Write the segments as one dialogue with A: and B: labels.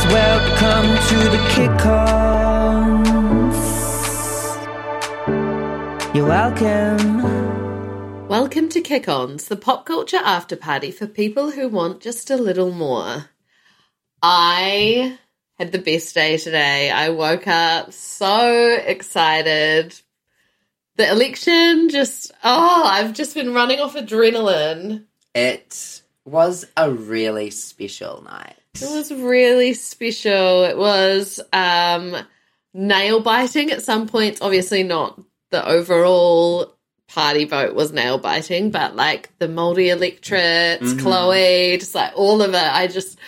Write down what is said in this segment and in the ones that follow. A: ours, everybody's welcome to the kick-ons. You're welcome.
B: Welcome to Kick Ons, the pop culture after party for people who want just a little more. I had the best day today. I woke up so excited. The election just, oh, I've just been running off adrenaline.
C: It was a really special night.
B: It was really special. It was um, nail biting at some points. Obviously, not the overall party vote was nail biting, but like the Moldy Electorates,
C: Mm-hmm.
B: Chloe, just like all of it. I just,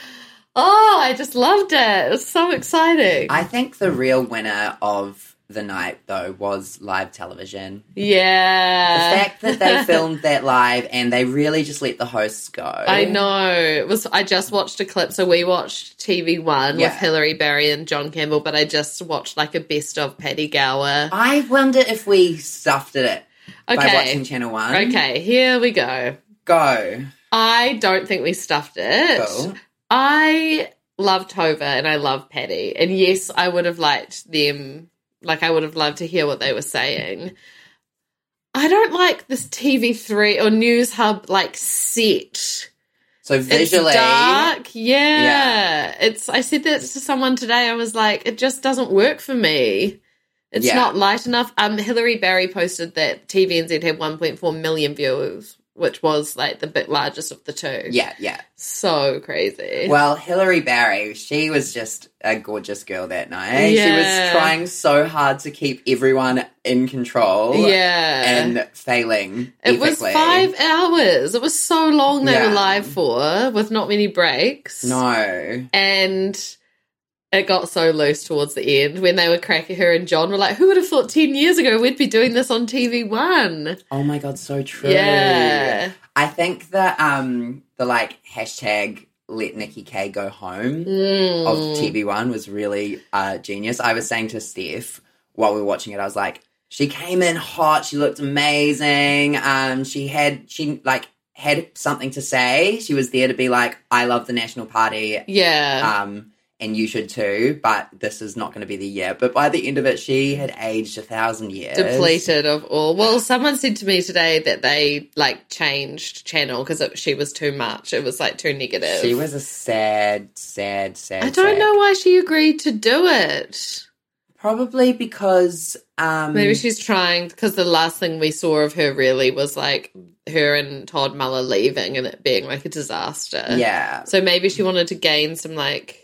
B: oh, I just loved it. It was so exciting.
C: I think the real winner of the night, though, was live television. The
B: yeah.
C: fact that they filmed that live and they really just let the hosts go.
B: I know. It was I just watched a clip. So we watched TV One
C: Yeah.
B: with Hillary Barry and John Campbell, but I just watched like a best of Paddy Gower.
C: I wonder if we stuffed it by
B: Okay.
C: watching Channel 1.
B: Okay, here we go.
C: Go.
B: I don't think we stuffed it.
C: Cool.
B: I love Tova and I love Patty. And yes, I would have liked them, like, I would have loved to hear what they were saying. I don't like this TV3 or News Hub, like, set.
C: So visually,
B: It's dark. Yeah.
C: Yeah.
B: It's I said that to someone today. I was like, it just doesn't work for me. It's
C: Yeah.
B: not light enough. Um Hillary Barry posted that TVNZ had 1.4 million viewers, which was like the bit largest of the two.
C: yeah, yeah.
B: So crazy.
C: Well, Hillary Barry, she was just a gorgeous girl that night. She
B: Yeah.
C: was trying so hard to keep everyone in control.
B: yeah.
C: and failing.
B: it was
C: epically.
B: five hours. It was so long they
C: Yeah.
B: were live for with not many breaks.
C: No.
B: and it got so loose towards the end when they were cracking her and John were like, "Who would have thought ten years ago we'd be doing this on TV One?"
C: Oh my god, so true.
B: Yeah,
C: I think the um the like hashtag let Nikki K go home
B: Mm.
C: of TV One was really uh genius. I was saying to Steph while we were watching it, I was like, she came in hot, she looked amazing. Um she had she like had something to say. She was there to be like, I love the National Party
B: yeah,
C: um, and you should too, but this is not going to be the year. But by the end of it, she had aged a thousand years.
B: depleted of all. Well, someone said to me today that they like changed channel because she was too much. It was like too negative.
C: She was a sad, sad, sad.
B: I don't
C: sad-
B: know why she agreed to do it.
C: Mm. Probably because um,
B: Maybe she's trying because the last thing we saw of her really was like her and Todd Muller leaving and it being like a disaster.
C: Yeah,
B: So maybe she wanted to gain some like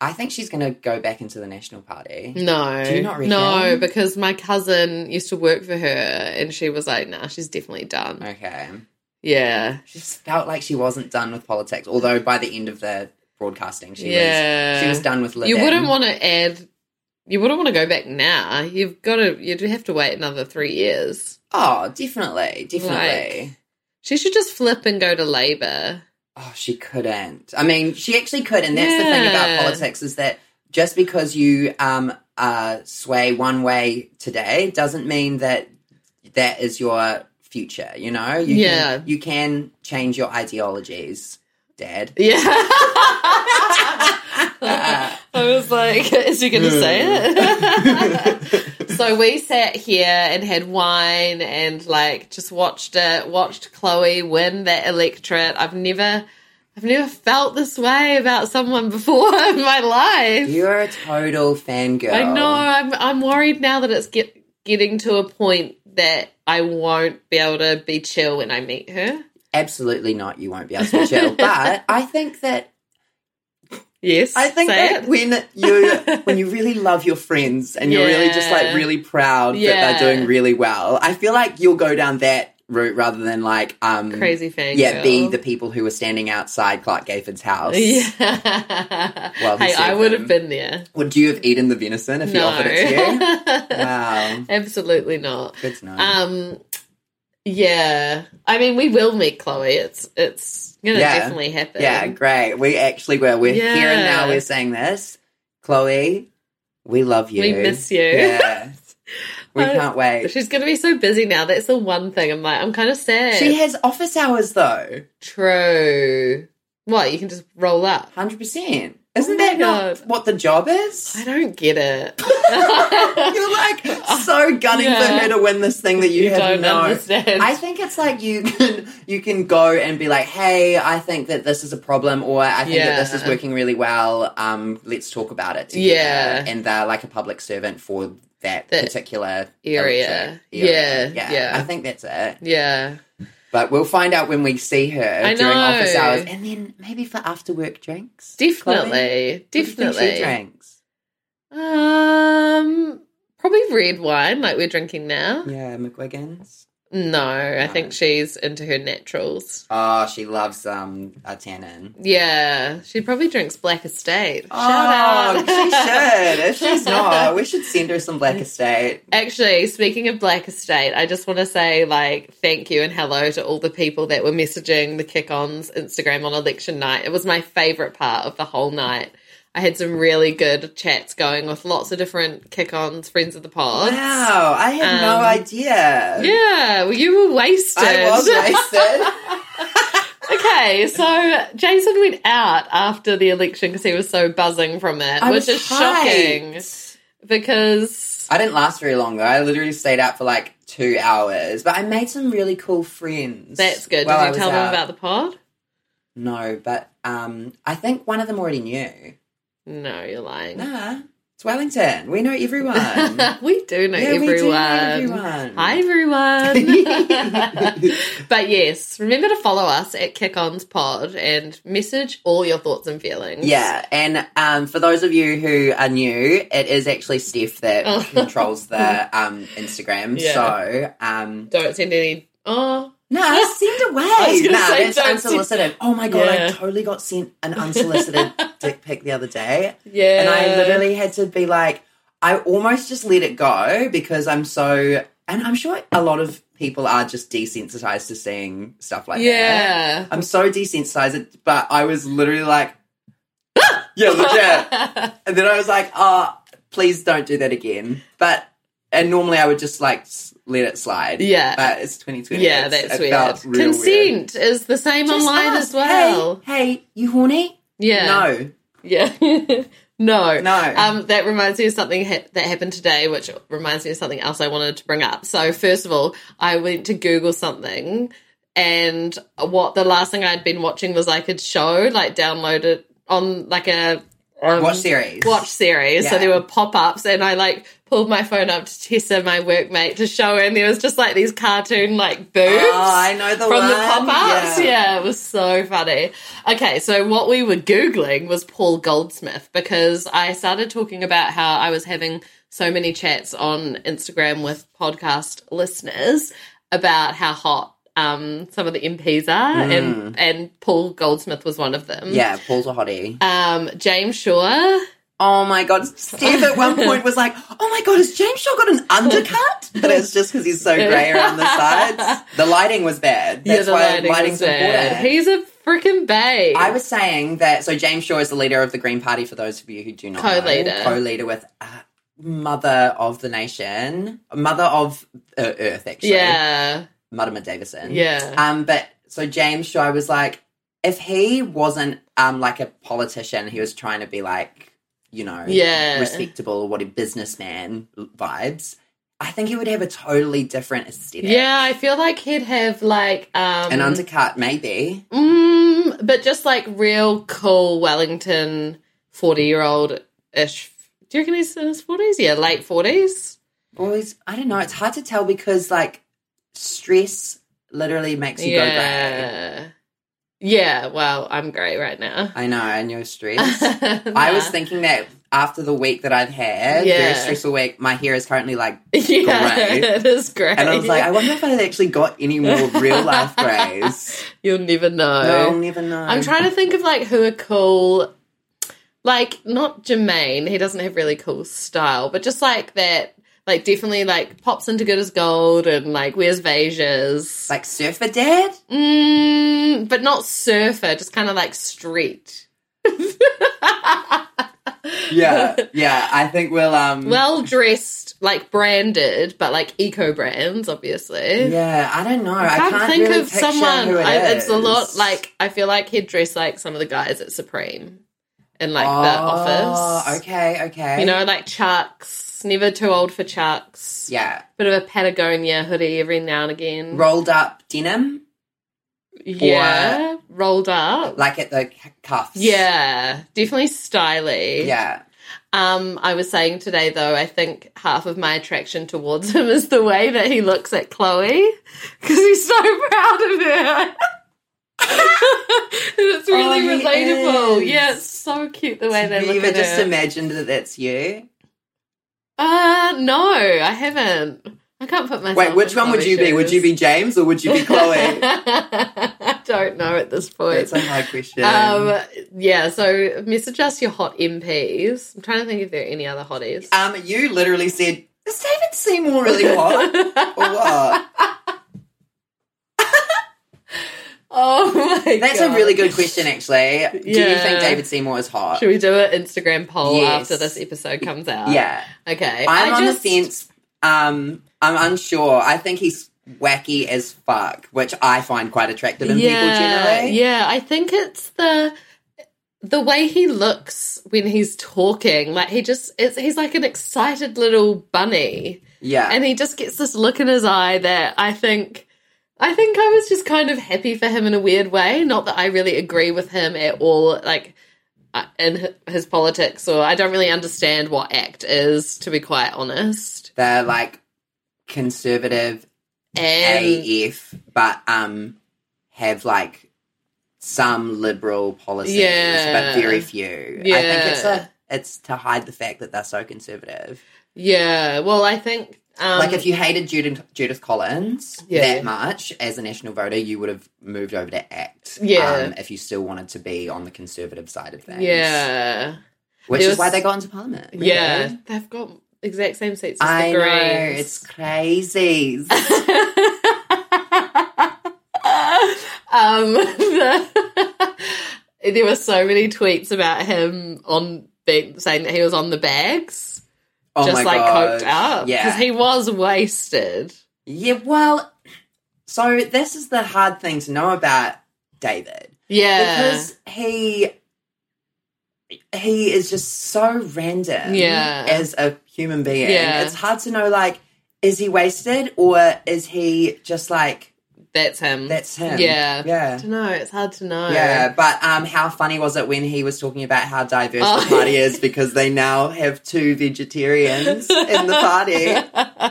C: I think she's going to go back into the National Party.
B: no,
C: Do you not reckon?
B: no, because my cousin used to work for her, and she was like, "Nah, she's definitely done."
C: Okay,
B: Yeah,
C: she just felt like she wasn't done with politics. Although by the end of the broadcasting, she was
B: Yeah.
C: she was done with living.
B: you wouldn't want to add. You wouldn't want to go back now. You've got to. You'd have to wait another three years.
C: Oh, definitely, definitely.
B: She should just flip and go to Labour.
C: Oh, she couldn't. I mean, she actually could, and that's the thing about
B: Yeah.
C: politics is that just because you um uh sway one way today doesn't mean that that is your future. You know, you
B: Yeah.
C: can, you can change your ideologies, Dad. Uh,
B: Yeah. I was like, is he going to say
C: Hmm.
B: it? so we sat here and had wine and like just watched it, watched Chloe win that electorate. I've never, I've never felt this way about someone before in my life.
C: You're a total fangirl.
B: I know. I'm, I'm worried now that it's get, getting to a point that I won't be able to be chill when I meet her.
C: Absolutely not. You won't be able to chill. but I think that
B: Yes.
C: I think
B: say
C: that
B: it.
C: when you when you really love your friends and you're really just like
B: Yeah.
C: really proud
B: Yeah.
C: that they're doing really well, I feel like you'll go down that route rather than like um
B: Crazy fangirl.
C: Yeah, be the people who were standing outside Clark Gayford's house.
B: Yeah.
C: Well,
B: hey,
C: you see
B: I would
C: them.
B: have been there.
C: Would you have eaten the venison if he
B: no.
C: offered it to you? Wow.
B: Absolutely not.
C: Good to know.
B: Um, yeah. I mean, we will meet Chloe. It's it's gonna
C: Yeah.
B: definitely happen.
C: yeah, great. We actually were. We're here and now
B: Yeah.
C: we're saying this. Chloe, we love you.
B: We miss you.
C: Yeah. We
B: I-
C: can't wait.
B: She's gonna be so busy now. That's the one thing I'm like. I'm kind of sad.
C: She has office hours though.
B: True. What you can just roll up.
C: Hundred percent. Isn't
B: my
C: that not
B: God.
C: what the job is?
B: I don't get it.
C: You're like so gunning
B: Yeah.
C: for her to win this thing that you,
B: You
C: have
B: don't
C: no.
B: understand.
C: I think it's like you can you can go and be like, hey, I think that this is a problem, or I think that this is
B: Yeah.
C: working really well. Um, let's talk about it. together."
B: Yeah.
C: and they're like a public servant for that
B: That
C: particular
B: area.
C: culture,
B: Yeah,
C: yeah,
B: yeah.
C: I think that's it.
B: yeah.
C: But we'll find out when we see her
B: I
C: during office
B: know.
C: hours, and then maybe for after work drinks. Chloe?
B: Definitely.
C: What do you think
B: Definitely.
C: she drinks.
B: Um, probably red wine like we're drinking now.
C: Yeah, McGuigan's.
B: No, I
C: Mm. No.
B: think she's into her naturals.
C: Oh, she loves um a tannin.
B: Yeah, she probably drinks Black Estate. Shout
C: oh,
B: out.
C: she should. If she's not, we should send her some Black Estate.
B: Actually, speaking of Black Estate, I just want to say like thank you and hello to all the people that were messaging the kick ons Instagram on election night. It was my favorite part of the whole night. I had some really good chats going with lots of different kick ons, friends of the pod.
C: Wow, I had no
B: Um,
C: idea.
B: Yeah, well, you were wasted.
C: I was wasted.
B: okay, so Jason went out after the election because he was so buzzing from it,
C: I
B: which
C: was
B: is shocking
C: hyped.
B: because
C: I didn't last very long though. I literally stayed out for like two hours, but I made some really cool friends.
B: that's good.
C: while I
B: Did
C: was
B: you tell them
C: out.
B: about the pod?
C: No, but um, I think one of them already knew.
B: No, you're lying.
C: Nah, it's Wellington. We know everyone. yeah,
B: we do know
C: we
B: everyone.
C: do know everyone.
B: Hi everyone. but yes, remember to follow us at Kick On's Pod and message all your thoughts and feelings.
C: Yeah, and um, for those of you who are new, it is actually Steph that controls the um, Instagram.
B: Oh. Yeah.
C: So, um,
B: Don't send any oh
C: no, send away.
B: was
C: No,
B: gonna say,
C: that's
B: don't
C: unsolicited. Oh my god, I
B: Yeah.
C: totally got sent an unsolicited dick pic the other day,
B: yeah.
C: and I literally had to be like, I almost just let it go because I'm so, and I'm sure a lot of people are just desensitized to seeing stuff like that.
B: Yeah.
C: I'm so desensitized, but I was literally like, yeah, legit. and then I was like, oh, please don't do that again. But, and normally I would just like s- let it slide.
B: Yeah.
C: But it's 2020.
B: Yeah,
C: It's-
B: that's
C: it felt
B: weird.
C: real weird.
B: Consent is the same
C: Just
B: online
C: ask,
B: as well.
C: Hey, hey, you horny?
B: Yeah.
C: No.
B: Yeah. no.
C: No.
B: Um, that reminds me of something ha- that happened today, which reminds me of something else I wanted to bring up. So, first of all, I went to Google something, and what the last thing I'd been watching was like a show, like downloaded on like a um,
C: Watch series.
B: watch series. So
C: Yeah.
B: there were pop ups, and I like pulled my phone up to Tessa, my workmate, to show her, and there was just like these cartoon like boobs
C: Oh, I know the
B: from
C: one.
B: the pop ups. Yeah. it was so funny. Okay, so what we were Googling was Paul Goldsmith because I started talking about how I was having so many chats on Instagram with podcast listeners about how hot um, some of the MPs are, and, and Paul Goldsmith was one of them.
C: Mm. Yeah, Paul's a hottie.
B: Um, James Shaw.
C: Oh my god, Steve at one point was like, "Oh my god, has James Shaw got an undercut?" But it's just because he's so grey around the sides. The lighting was bad. That's why lighting's
B: was bad.
C: important.
B: He's a freaking babe.
C: I was saying that. So James Shaw is the leader of the Green Party. For those of you who do not know.
B: Co-leader.
C: co-leader with uh, Mother of the Nation, Mother of uh, Earth, actually,
B: yeah,
C: Mortimer Davison.
B: yeah.
C: Um, but so James Shaw was like, if he wasn't um like a politician, he was trying to be like, you know,
B: Yeah.
C: respectable or what a businessman vibes. I think he would have a totally different aesthetic.
B: Yeah, I feel like he'd have like um
C: an undercut maybe.
B: mm, but just like real cool Wellington forty year old ish. Do you reckon he's in his forties? Yeah, late forties.
C: Boys, I don't know. It's hard to tell because like stress literally makes you go grey.
B: Yeah, yeah. Well, I'm grey right now.
C: I know, and you're stressed. I was thinking that after the week that I've had, very
B: Yeah.
C: stressful week, my hair is currently like
B: yeah,
C: Great.
B: it is great.
C: and I was like, I wonder if I had actually got any more real life grays.
B: you'll never know.
C: No, I'll never know.
B: I'm trying to think of like who are cool. Like not Jermaine, he doesn't have really cool style, but just like that, like definitely like pops into Good as Gold and like wears
C: It's
B: Vases,
C: like surfer dad.
B: mm, but not surfer, just kind of like street,
C: Yeah, yeah. I think we'll um.
B: well dressed, like branded, but like eco brands, obviously.
C: yeah, I don't know. I
B: I
C: can't,
B: can't, think
C: really
B: of
C: picture
B: someone.
C: Who it
B: I, it's a lot
C: is.
B: like I feel like he'd dress like some of the guys at Supreme in like the office.
C: Oh, Okay, okay.
B: You know, like Chucks. Never too old for Chucks.
C: yeah,
B: Bit of a Patagonia hoodie every now and again.
C: rolled up denim,
B: yeah. Rolled up.
C: like at the c- cuffs.
B: yeah. Definitely stylish.
C: yeah.
B: Um, I was saying today though, I think half of my attraction towards him is the way that he looks at Chloe because he's so proud of her. and it's really
C: Oh, he
B: relatable.
C: is.
B: Yeah, it's so cute the way they
C: Have you
B: look
C: ever
B: at
C: just
B: her.
C: imagined that that's you?
B: uh, no, I haven't. I can't put myself.
C: Wait, which
B: in
C: one would
B: Chloe's
C: you be? Would you
B: shoes.
C: be James or would you be Chloe?
B: I don't know at this point.
C: That's a hard question. Um,
B: Um, yeah, so message us your hot MPs. I'm trying to think if there are any other hotties.
C: Um, you literally said, "Is David Seymour really hot?" or what?
B: Oh my
C: That's
B: God.
C: a really good question, actually. Do you
B: Yeah.
C: think David Seymour is hot?
B: Should we do an Instagram poll
C: Yes.
B: after this episode comes out?
C: Yeah,
B: Okay.
C: I'm
B: I
C: on
B: just-
C: the fence. Um, I'm unsure. I think he's wacky as fuck, which I find quite attractive in people
B: Yeah,
C: generally.
B: yeah. I think it's the the way he looks when he's talking. Like he just it's he's like an excited little bunny.
C: Yeah,
B: And he just gets this look in his eye that I think I think I was just kind of happy for him in a weird way. Not that I really agree with him at all, like uh, in hi- his politics, or I don't really understand what ACT is, to be quite honest.
C: they're like conservative
B: And
C: AF, but um, have like some liberal policies,
B: Yeah.
C: but very few. I think it's
B: Yeah.
C: a it's to hide the fact that they're so conservative.
B: yeah, well, I think um,
C: like if you hated Judith, Judith Collins
B: Yeah.
C: that much as a national voter, you would have moved over to ACT.
B: Yeah.
C: um, if you still wanted to be on the conservative side of things.
B: yeah,
C: which
B: There
C: is why
B: was-
C: they got into parliament. really.
B: yeah, they've got exact same seats. As
C: I
B: the
C: know
B: Greens.
C: it's crazy.
B: um, the- there were so many tweets about him on being, saying that he was on the bags,
C: oh my
B: just like
C: God.
B: coked up,
C: Yeah,
B: because he was wasted.
C: yeah. Well, so this is the hard thing to know about David.
B: Yeah,
C: because he he is just so random
B: Yeah.
C: as a human being
B: Yeah.
C: it's hard to know like is he wasted or is he just like
B: that's him.
C: that's him
B: Yeah, I
C: yeah
B: don't know. It's hard to know.
C: yeah but um how funny was it when he was talking about how diverse
B: Oh.
C: the party is because they now have two vegetarians in the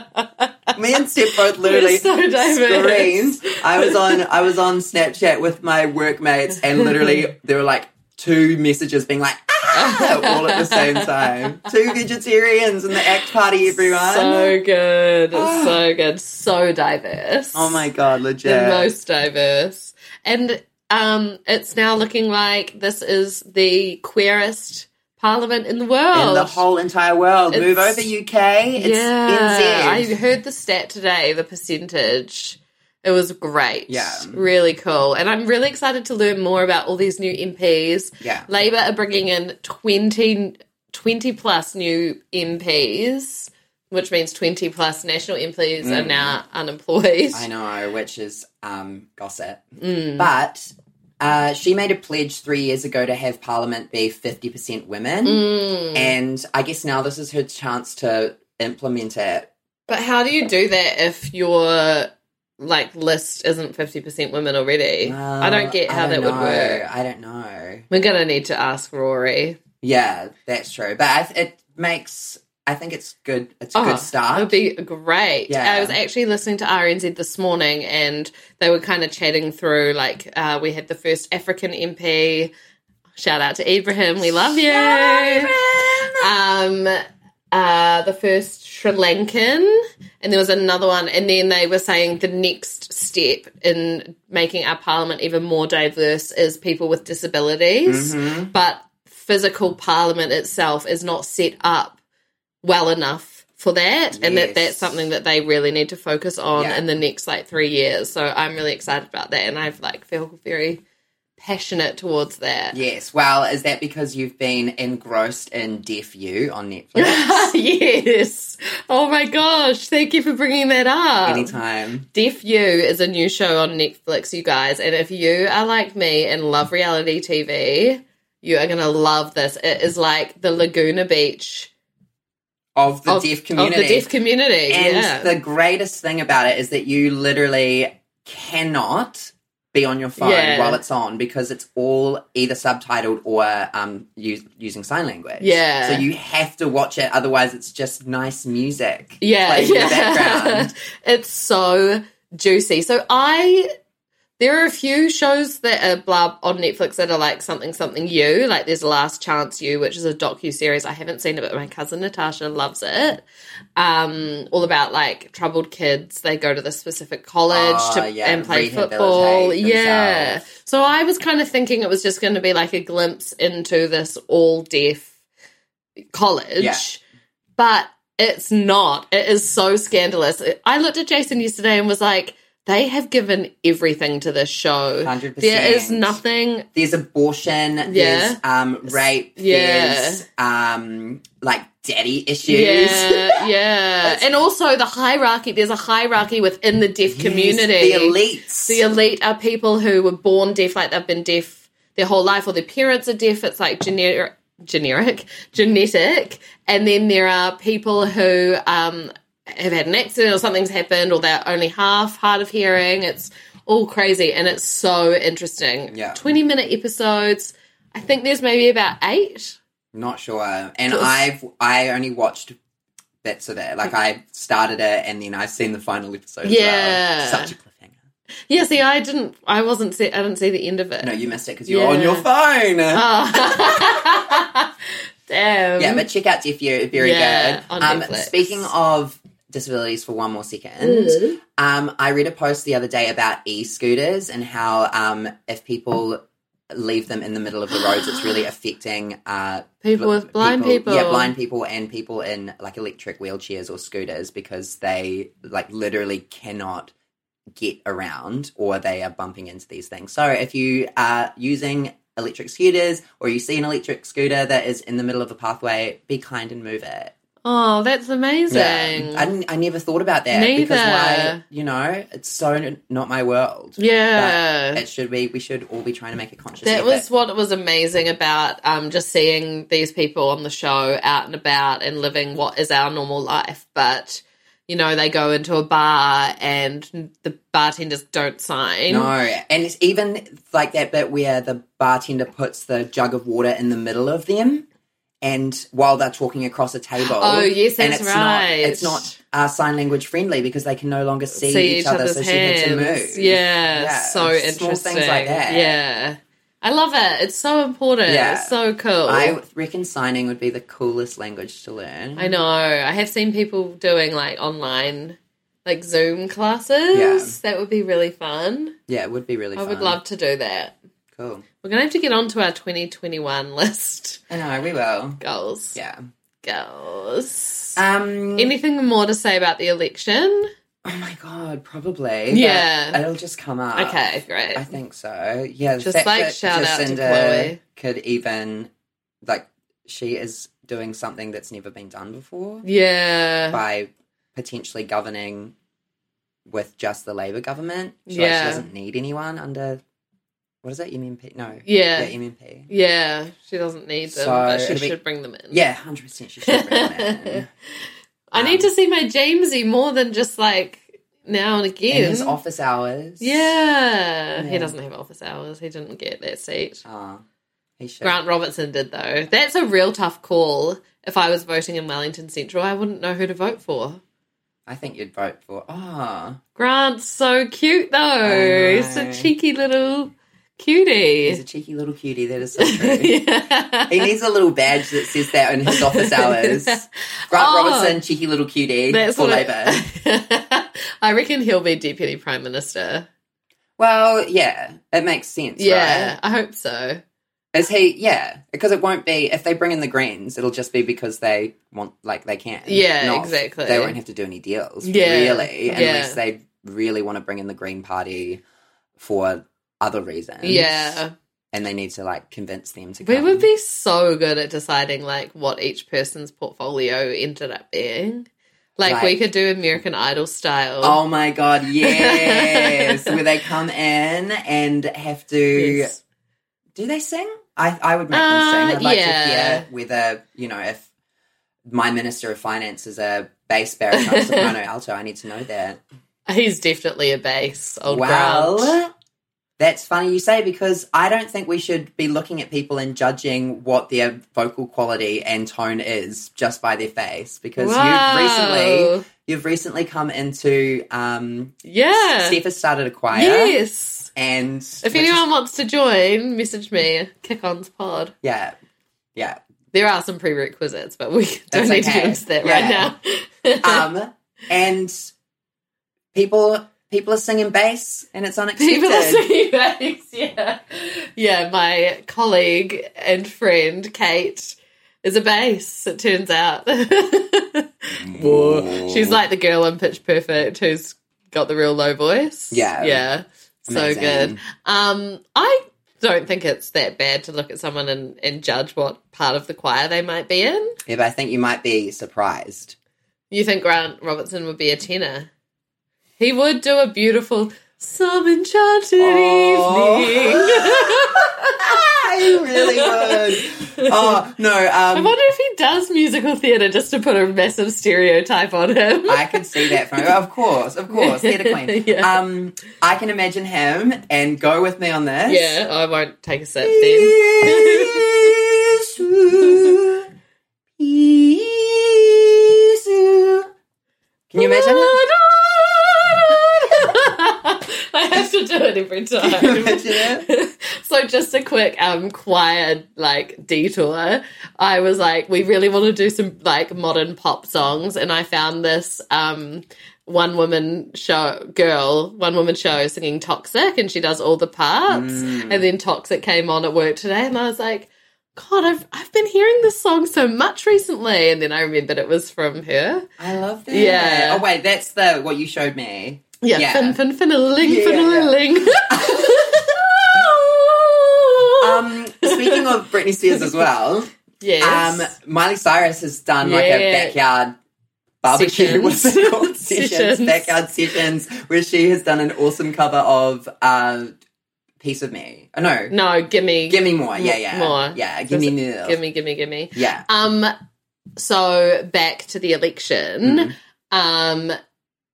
C: party me and Steph both literally
B: We're so diverse.
C: screamed. I was on I was on Snapchat with my workmates and literally there were like two messages being like ah! all at the same time. Two vegetarians in the act party, everyone. Ah.
B: So good, so good, so diverse.
C: oh my god, legit.
B: the most diverse. And um, it's now looking like this is the queerest parliament in the world.
C: in the whole entire world. Move
B: It's-
C: over UK. It's
B: yeah, I
C: NZ.
B: heard the stat today, the percentage. It was great.
C: Yeah.
B: Really cool. And I'm really excited to learn more about all these new MPs.
C: Yeah.
B: Labour are bringing in 20, 20 plus new MPs, which means 20 plus national MPs are now unemployed.
C: Mm. I know, which is um, gossip.
B: Mm.
C: But uh, she made a pledge three years ago to have Parliament be 50% women.
B: Mm.
C: And I guess now this is her chance to implement it.
B: But how do you do that if your like list isn't fifty percent women already? I
C: Uh,
B: don't get how
C: I don't
B: that would
C: know.
B: work.
C: I don't know.
B: We're gonna need to ask Rory.
C: Yeah, that's true. But I th- it makes, I think it's good. It's a
B: Oh,
C: good start.
B: It would be great.
C: Yeah.
B: I was actually listening to RNZ this morning and they were kind of chatting through like uh, we had the first African MP. Shout out to Ibrahim. We love you. Um, uh, the first Sri Lankan, and there was another one, and then they were saying the next step in making our parliament even more diverse is people with disabilities,
C: Mm-hmm.
B: but physical parliament itself is not set up well enough for that, and that
C: Yes.
B: that's something that they really need to focus on
C: Yeah.
B: in the next like three years. So I'm really excited about that, and I've like feel very passionate towards that.
C: Yes. Well, is that because you've been engrossed in Deaf You on Netflix?
B: yes. Oh my gosh. Thank you for bringing that up.
C: Anytime.
B: Deaf You is a new show on Netflix, you guys. And if you are like me and love reality TV, you are going to love this. It is like the Laguna Beach
C: Of the
B: of,
C: deaf community.
B: Of the deaf community.
C: And
B: yeah.
C: the greatest thing about it is that you literally cannot be on your phone
B: Yeah.
C: while it's on because it's all either subtitled or um, use, using sign language.
B: Yeah.
C: So you have to watch it, otherwise it's just nice music.
B: yeah,
C: playing
B: yeah.
C: In the background.
B: it's so juicy. So I there are a few shows that are blah on Netflix that are like something something you. Like there's Last Chance You, which is a docu series. I haven't seen it, but my cousin Natasha loves it. Um, all about like troubled kids. They go to this specific college
C: Oh,
B: to
C: yeah,
B: and play
C: rehabilitate
B: football. Yeah.
C: themselves.
B: So I was kind of thinking it was just going to be like a glimpse into this all deaf college
C: Yeah.
B: but it's not. It is so scandalous. I looked at Jason yesterday and was like, they have given everything to this show.
C: 100%.
B: There is nothing.
C: There's abortion,
B: Yeah.
C: there's um, rape,
B: Yeah.
C: there's um, like daddy issues.
B: Yeah, yeah. and also the hierarchy. There's a hierarchy within the deaf community.
C: The elites.
B: The elite are people who were born deaf, like they've been deaf their whole life, or their parents are deaf. It's like generic, generic, genetic. And then there are people who um, have had an accident or something's happened, or they're only half hard of hearing. It's all crazy, and it's so interesting.
C: Yeah.
B: twenty minute episodes. I think there's maybe about eight.
C: Not sure. And
B: It was-
C: I've I only watched bits of it. Like I started it and then I've seen the final episode. as well.
B: Yeah.
C: such a cliffhanger.
B: Yeah, see, I didn't. I wasn't. See, I didn't see the end of it.
C: No, you missed it because you were
B: Yeah. Um,
C: on your phone.
B: Oh. Damn.
C: yeah, but check out Deaf You. Very
B: Yeah,
C: good.
B: on
C: um,
B: Netflix.
C: Speaking of disabilities, for one more second,
B: Mhm.
C: um, I read a post the other day about e-scooters and how um, if people leave them in the middle of the roads, it's really affecting uh,
B: people with blind people.
C: Yeah, blind people and people in like electric wheelchairs or scooters because they like literally cannot get around or they are bumping into these things. So if you are using electric scooters or you see an electric scooter that is in the middle of a pathway, be kind and move it.
B: Oh, that's amazing.
C: Yeah. I,
B: Yeah.
C: didn't- I never thought about that because
B: Neither.
C: why, you know, it's so n- not my world. It should be, we should all be trying to make a conscious
B: That
C: effort.
B: was what was amazing about um, just seeing these people on the show out and about and living what is our normal life. But, you know, they go into a bar and the bartenders don't sign.
C: No, and it's even like that bit where the bartender puts the jug of water in the middle of them, and while they're talking across a table.
B: Oh, yes,
C: and
B: that's
C: it's
B: right.
C: Not, it's not uh, sign language friendly because they can no longer see,
B: see each other's
C: so
B: hands.
C: she had to move.
B: Yeah, so interesting.
C: Small things like that.
B: Yeah, I love it. It's so important.
C: Yeah.
B: It's so cool.
C: I reckon signing would be the coolest language to learn.
B: I know. I have seen people doing like online, like Zoom classes. That would be really fun.
C: Yeah, it would be really.
B: I would
C: fun.
B: love to do that.
C: Cool.
B: We're going to have to get onto our 2021 list.
C: I know we will.
B: Goals.
C: Yeah.
B: Goals.
C: Um.
B: Anything more to say about the election?
C: oh my god, probably. but
B: Yeah.
C: It'll just come up.
B: Okay, great.
C: uh, I think so. Yeah, the
B: Just,
C: fact
B: like,
C: that
B: shout out to Chloe.
C: Could even like she is doing something that's never been done before
B: yeah.
C: by potentially governing with just the Labour government. So, like,
B: Yeah.
C: she doesn't need anyone under what is it MMP? No,
B: Yeah.
C: MMP.
B: Yeah, she doesn't need them,
C: So,
B: but she
C: it'll be-
B: should bring them in.
C: Yeah, hundred percent. She should bring them in.
B: I need to see my Jamesy more than just like now and again.
C: um, in his office hours.
B: yeah. he
C: Yeah.
B: doesn't have office hours. He didn't get that seat.
C: Ah, he should.
B: Grant Robertson did though. That's a real tough call. If I was voting in Wellington Central, I wouldn't know who to vote for.
C: I think you'd vote for. Ah,
B: Grant's so cute though. He's a
C: know.
B: cheeky little
C: He's a
B: Cutie.
C: cheeky little cutie. That is so true.
B: yeah.
C: he needs a little badge that says that in his office hours. Grant
B: Oh.
C: Robertson, cheeky little cutie
B: That's
C: for
B: what
C: Labour.
B: I, I reckon he'll be deputy prime minister.
C: Well, yeah, it makes sense.
B: yeah,
C: right?
B: I hope so.
C: Is he? Yeah, because it won't be if they bring in the Greens. It'll just be because they want, like, they can.
B: Yeah,
C: Not-
B: exactly.
C: They won't have to do any deals,
B: Yeah,
C: really,
B: yeah.
C: unless they really want to bring in the Green Party for other reasons.
B: Yeah,
C: and they need to like convince them to.
B: we
C: come.
B: would be so good at deciding like what each person's portfolio ended up being. Like we
C: Right.
B: could do American Idol style.
C: Oh my god, yes! Where they come in and have to.
B: Yes.
C: Do they sing? I I would make
B: Uh,
C: them sing. I'd like
B: yeah.
C: to hear whether you know if my minister of finance is a bass baritone soprano alto. I need to know that.
B: he's definitely a base. Old
C: well,
B: Grant.
C: that's funny you say because I don't think we should be looking at people and judging what their vocal quality and tone is just by their face because
B: Wow.
C: you've recently you've recently come into um
B: yeah,
C: Steph has started a choir.
B: yes.
C: And
B: If
C: which is-
B: anyone wants to join, message me. Kick on's pod.
C: yeah, yeah.
B: There are some prerequisites, but we don't
C: That's
B: need to
C: okay.
B: get into that
C: Yeah.
B: right now.
C: Um, and people people are singing bass, and it's unexpected.
B: People are singing bags, yeah. Yeah, my colleague and friend Kate is a bass, it turns out. Whoa. She's like the girl in Pitch Perfect who's got the real low voice.
C: Yeah.
B: Yeah. So
C: Amazing.
B: good. Um, I don't think it's that bad to look at someone and, and judge what part of the choir they might be in.
C: yeah, but I think you might be surprised.
B: You think Grant Robertson would be a tenor? He would do a beautiful some enchanted
C: Oh.
B: evening.
C: I really would. Oh no,
B: I
C: um,
B: wonder if he does musical theatre just to put a massive stereotype on him.
C: I can see that from oh, of course, of course, theatre queen.
B: Yeah.
C: Um, I can imagine him, and go with me on this.
B: yeah, I won't take a sip then.
C: Can you
B: Oh,
C: imagine?
B: I have to do it every
C: Can you imagine
B: time. so just a quick um choir like detour. I was like, we really want to do some like modern pop songs, and I found this um one woman show girl, one woman show singing Toxic, and she does all the parts.
C: Mm.
B: And then Toxic came on at work today, and I was like. God, I've I've been hearing this song so much recently, and then I remembered it was from her.
C: I love that.
B: Yeah.
C: Oh wait, that's the what you showed me.
B: Yeah,
C: Yeah.
B: fin fin finnaling
C: Yeah, yeah,
B: finnaling.
C: Um, speaking of Britney Spears as well,
B: yes.
C: um, Miley Cyrus has done like a
B: Yeah.
C: backyard barbecue.
B: Sessions.
C: What's it called? sessions.
B: Sessions.
C: Backyard sessions, where she has done an awesome cover of uh, "Piece of Me." Oh no,
B: no, gimme,
C: give me more. Yeah, yeah,
B: More.
C: Yeah, give me more.
B: gimme, gimme, gimme.
C: Yeah.
B: Um, so back to the election. Um,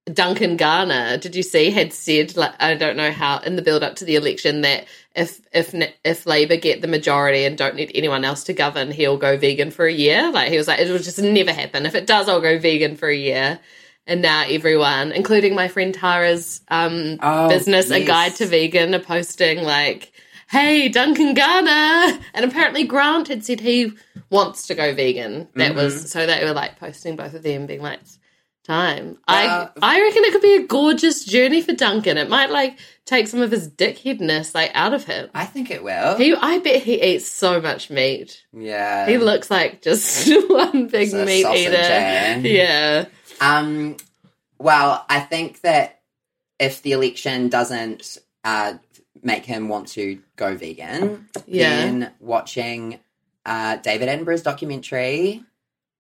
B: Duncan Garner, did you see, had said like I don't know how in the build up to the election that if if n- if Labor get the majority and don't need anyone else to govern, he'll go vegan for a year. Like he was like, it'll just never happen. If it does, I'll go vegan for a year. And now everyone, including my friend Tara's um,
C: Oh,
B: business, a
C: yes.
B: guide to vegan, are posting like, "Hey, Duncan Garner," and apparently Grant had said he wants to go vegan. That
C: Mm-hmm.
B: was so they were like posting both of them being like, "It's "Time."
C: Wow.
B: I I reckon it could be a gorgeous journey for Duncan. It might like take some of his dickheadness like out of him.
C: I think it will.
B: He, I bet he eats so much meat.
C: yeah.
B: He looks like just one big
C: He's a
B: meat
C: sausage,
B: eater.
C: eh?
B: Yeah.
C: Um, well, I think that if the election doesn't uh, make him want to go vegan,
B: Yeah.
C: then watching uh, David Attenborough's documentary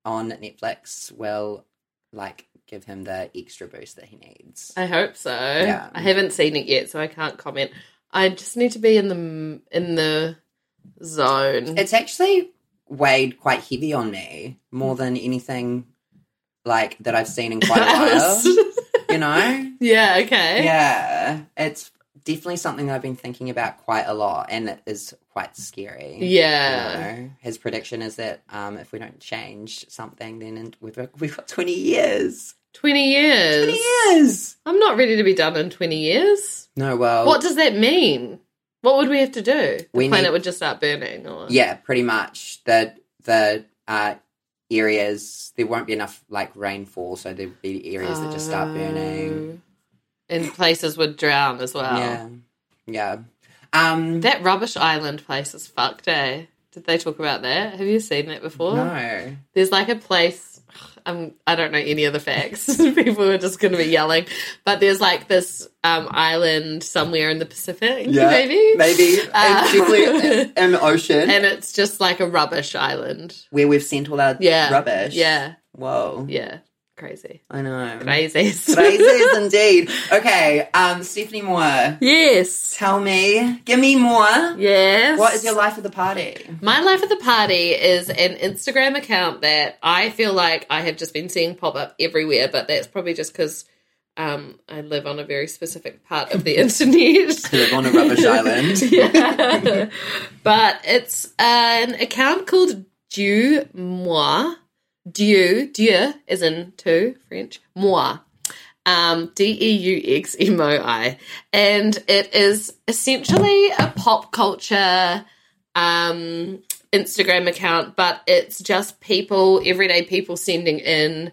C: on Netflix will like give him the extra boost that he needs.
B: I hope so.
C: Yeah.
B: I haven't seen it yet, so I can't comment. I just need to be in the in the zone.
C: It's actually weighed quite heavy on me, more than anything like that I've seen in quite a while. you know,
B: yeah. Okay.
C: yeah, it's definitely something that I've been thinking about quite a lot, and it is quite scary.
B: Yeah.
C: You know, his prediction is that um, if we don't change something, then in, we've, we've got 20 years.
B: Twenty years.
C: 20 years!
B: I'm not ready to be done in twenty years.
C: No, well,
B: What does that mean? What would we have to do? The
C: Oh. We
B: planet
C: need-
B: would just start burning, or
C: Yeah, pretty much. The the uh, areas there won't be enough like rainfall, so there'd be areas that just start burning.
B: Oh. and places would drown as well.
C: Yeah, yeah. Um,
B: That rubbish island place is fucked, eh? Did they talk about that? Have you seen that before?
C: no.
B: There's like a place. I'm, I don't know any of the facts. People are just going to be yelling. But there's like this um, island somewhere in the Pacific, maybe?
C: maybe,
B: Uh,
C: And particularly in the ocean
B: And it's just like a rubbish island.
C: where we've sent all our
B: Yeah.
C: rubbish.
B: Yeah.
C: Whoa.
B: Yeah. Crazy.
C: I know.
B: Crazy.
C: Phrases indeed. Okay, um, Stephanie Moore,
B: yes.
C: tell me, give me more.
B: Yes.
C: What is your life of the party?
B: My Life at the Party is an Instagram account that I feel like I have just been seeing pop up everywhere, but that's probably just because um, I live on a very specific part of the internet.
C: I live on a rubbish island.
B: yeah. but it's an account called Dieu Moi. Dieu, Dieu, as in two, French, moi. Um, D E U X M O I. And it is essentially a pop culture um, Instagram account, but it's just people, everyday people sending in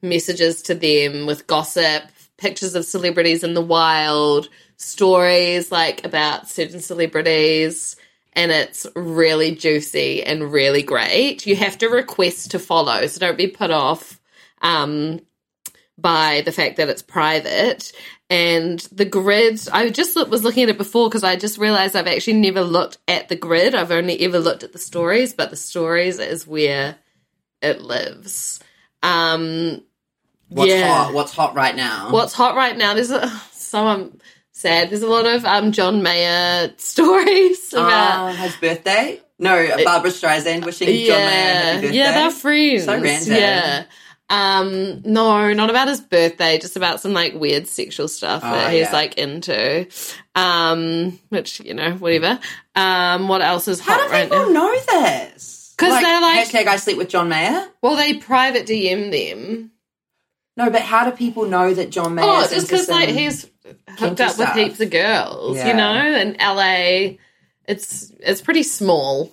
B: messages to them with gossip, pictures of celebrities in the wild, stories like about certain celebrities. And it's really juicy and really great. You have to request to follow, so don't be put off um, by the fact that it's private. And the grid, I just look- was looking at it before because I just realized I've actually never looked at the grid. I've only ever looked at the stories, but the stories is where it lives. Um,
C: What's
B: yeah.
C: hot? What's hot right now?
B: What's hot right now? There's a, so I'm sad. There's a lot of um, John Mayer stories about.
C: Uh, his birthday? No, Barbara Streisand wishing John Mayer happy birthday.
B: Yeah, they're friends.
C: So random.
B: Yeah. Um, no, not about his birthday, just about some like weird sexual stuff that
C: Oh,
B: he's
C: yeah.
B: like into. Um, which, you know, whatever. Um, what else is
C: How
B: hot
C: do
B: right
C: people
B: now?
C: know this?
B: 'Cause they're like-
C: hashtag I sleep with John Mayer.
B: Well, they private DM them.
C: No, but how do people know that John Mayer?
B: Oh, just because like he's hooked
C: kinky
B: up with
C: stuff.
B: heaps of girls, you
C: Yeah.
B: know, in LA. It's it's pretty small.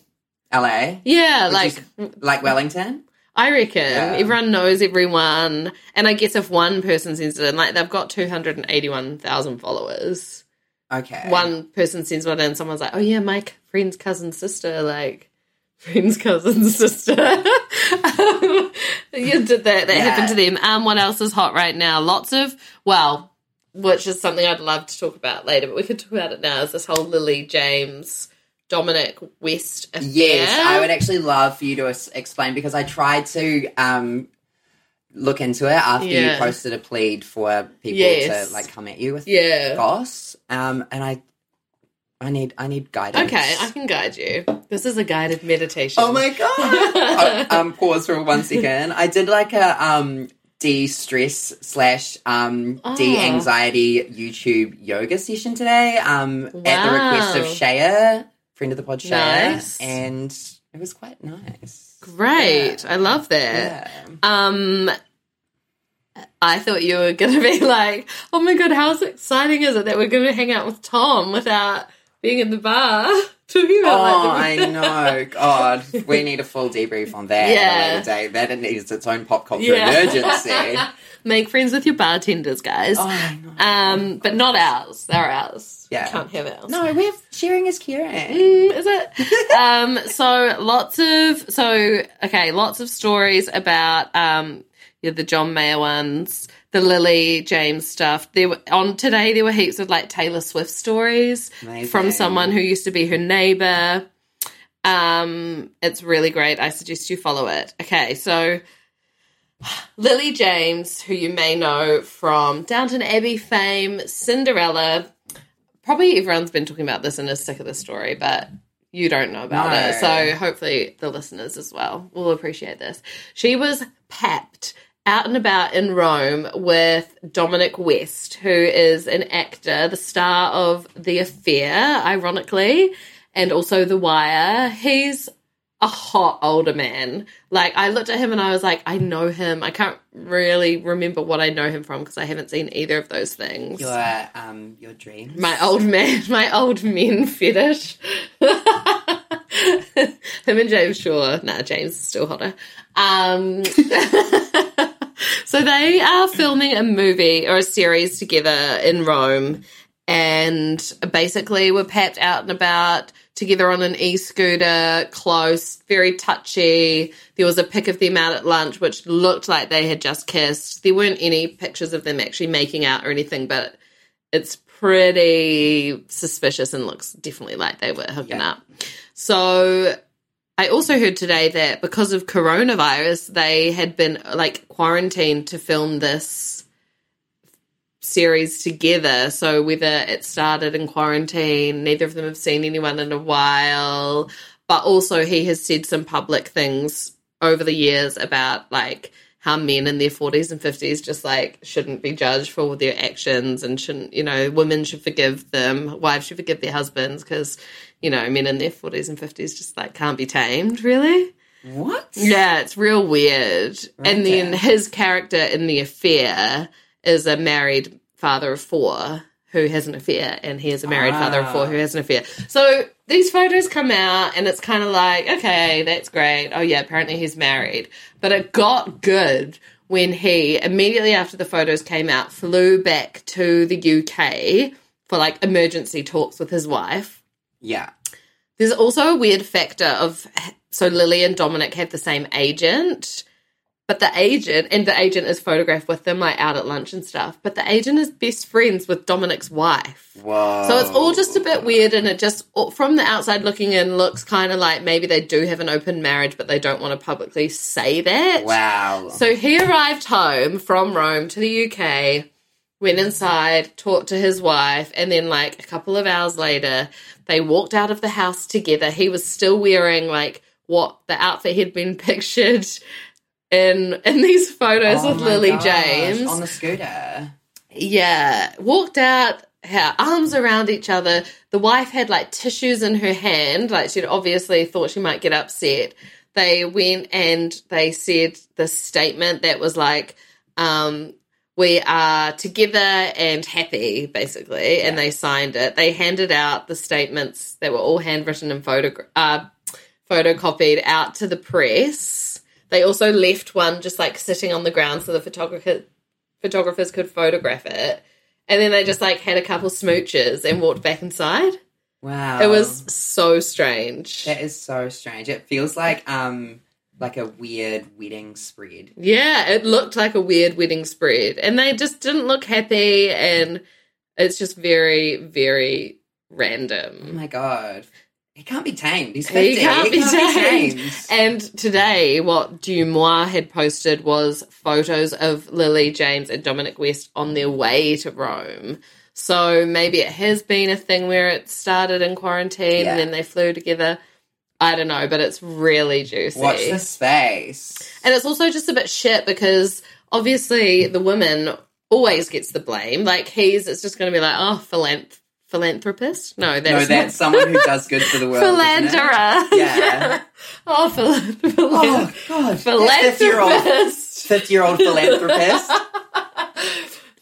C: LA,
B: Yeah,
C: Which
B: like
C: like Wellington.
B: I reckon
C: Yeah.
B: everyone knows everyone, and I guess if one person sends it in, like they've got two hundred and eighty-one thousand followers.
C: Okay,
B: One person sends one in, someone's like, "Oh yeah, my c- friend's cousin's sister," like friend's cousin's sister. Um, you did that. That
C: Yeah.
B: happened to them. Um, what else is hot right now? Lots of well, which is something I'd love to talk about later, but we could talk about it now. Is this whole Lily James Dominic West affair?
C: Yes, I would actually love for you to s- explain because I tried to um, look into it after
B: Yeah.
C: you posted a plead for people
B: Yes.
C: to like come at you with
B: Yeah.
C: goss. Um, and I, I need, I need guidance.
B: Okay, I can guide you. This is a guided meditation.
C: Oh my god! Oh, um, pause for one second. I did like a um de-stress slash um
B: Oh.
C: de-anxiety YouTube yoga session today. Um, at the request of
B: Wow.
C: Shaya, friend of the pod, Shaya,
B: Nice.
C: and it was quite nice.
B: Great. I love that.
C: Yeah.
B: Um I thought you were going to be like, "Oh my god, how exciting is it that we're going to hang out with Tom without being in the bar?" Talking about like,
C: Oh,
B: the-
C: I know. God, we need a full debrief on that.
B: Yeah.
C: Yeah. Day. That it needs its own pop culture
B: Yeah.
C: emergency.
B: Make friends with your bartenders, guys.
C: Oh, I know.
B: Um, but not ours. They're ours.
C: Yeah.
B: Can't have ours.
C: no, we're sharing is caring.
B: Mm, is it? um, so lots of so okay, lots of stories about um yeah, the John Mayer ones, the Lily James stuff. There were, on today there were heaps of like Taylor Swift stories from
C: Amazing.
B: someone who used to be her neighbor. Um, it's really great. I suggest you follow it. Okay, so Lily James, who you may know from Downton Abbey fame, Cinderella. Probably everyone's been talking about this and is sick of this story, but you don't know about
C: No.
B: it. So hopefully the listeners as well will appreciate this. She was papped out and about in Rome with Dominic West, who is an actor, the star of The Affair, ironically, and also The Wire. He's a hot older man. Like I looked at him and I was like, I know him. I can't really remember what I know him from because I haven't seen either of those things.
C: Your um your dreams.
B: my old man, my old men fetish. Him and James Shaw. Nah, James is still hotter. Um, so they are filming a movie or a series together in Rome, and basically were papped out and about together on an e-scooter, close, very touchy. There was a pic of them out at lunch, which looked like they had just kissed. There weren't any pictures of them actually making out or anything, but it's pretty suspicious and looks definitely like they were hooking
C: Yeah.
B: up. So I also heard today that because of coronavirus, they had been like quarantined to film this series together. So whether it started in quarantine, neither of them have seen anyone in a while. But also, he has said some public things over the years about like how men in their 40s and 50s just like shouldn't be judged for their actions and shouldn't, you know, women should forgive them, wives should forgive their husbands because, you know, men in their 40s and 50s just like can't be tamed, really.
C: What?
B: Yeah, it's real weird. And then
C: Okay.
B: his character in the affair is a married father of four who has an affair, and he is a married father of four who has an affair. So these photos come out, and it's kind of like, okay, that's great. Oh, yeah, apparently he's married. But it got good when he, immediately after the photos came out, flew back to the UK for like emergency talks with his wife.
C: Yeah.
B: There's also a weird factor of so Lily and Dominic have the same agent, but the agent and the agent is photographed with them like out at lunch and stuff. But the agent is best friends with Dominic's wife.
C: Whoa.
B: So it's all just a bit weird, and it just from the outside looking in looks kind of like maybe they do have an open marriage, but they don't want to publicly say that.
C: Wow.
B: So he arrived home from Rome to the UK, went inside, talked to his wife, and then, like, a couple of hours later, they walked out of the house together. He was still wearing, like, what the outfit had been pictured in in these photos
C: Oh
B: with
C: my
B: Lily
C: gosh,
B: James.
C: on the scooter.
B: Yeah, walked out, her arms around each other. The wife had like tissues in her hand, like she'd obviously thought she might get upset. They went and they said this statement that was like, um, we are together and happy, basically. And they signed it. They handed out the statements that were all handwritten and photogra- uh, photocopied out to the press. They also left one just like sitting on the ground so the photographer photographers could photograph it. And then they just like had a couple smooches and walked back inside.
C: Wow.
B: It was so strange.
C: That is so strange. It feels like um like a weird wedding spread.
B: Yeah, it looked like a weird wedding spread. And they just didn't look happy and it's just very, very
C: Oh
B: random.
C: my god. He can't be tamed. He's 50.
B: He can't be tamed.
C: tamed.
B: And today, what Dumois had posted was photos of Lily James and Dominic West on their way to Rome. So maybe it has been a thing where it started in quarantine
C: Yeah.
B: and then they flew together. I don't know, but it's really juicy.
C: Watch the space.
B: And it's also just a bit shit because obviously the woman always gets the blame. Like he's, it's just going to be like, oh, philanth- philanthropist. No,
C: No,
B: that's,
C: that's someone who does good for the world. isn't it?
B: philanderer.
C: Yeah.
B: oh, philan-
C: Oh god. Philanthropist.
B: philanthropist.
C: Fifty year old philanthropist.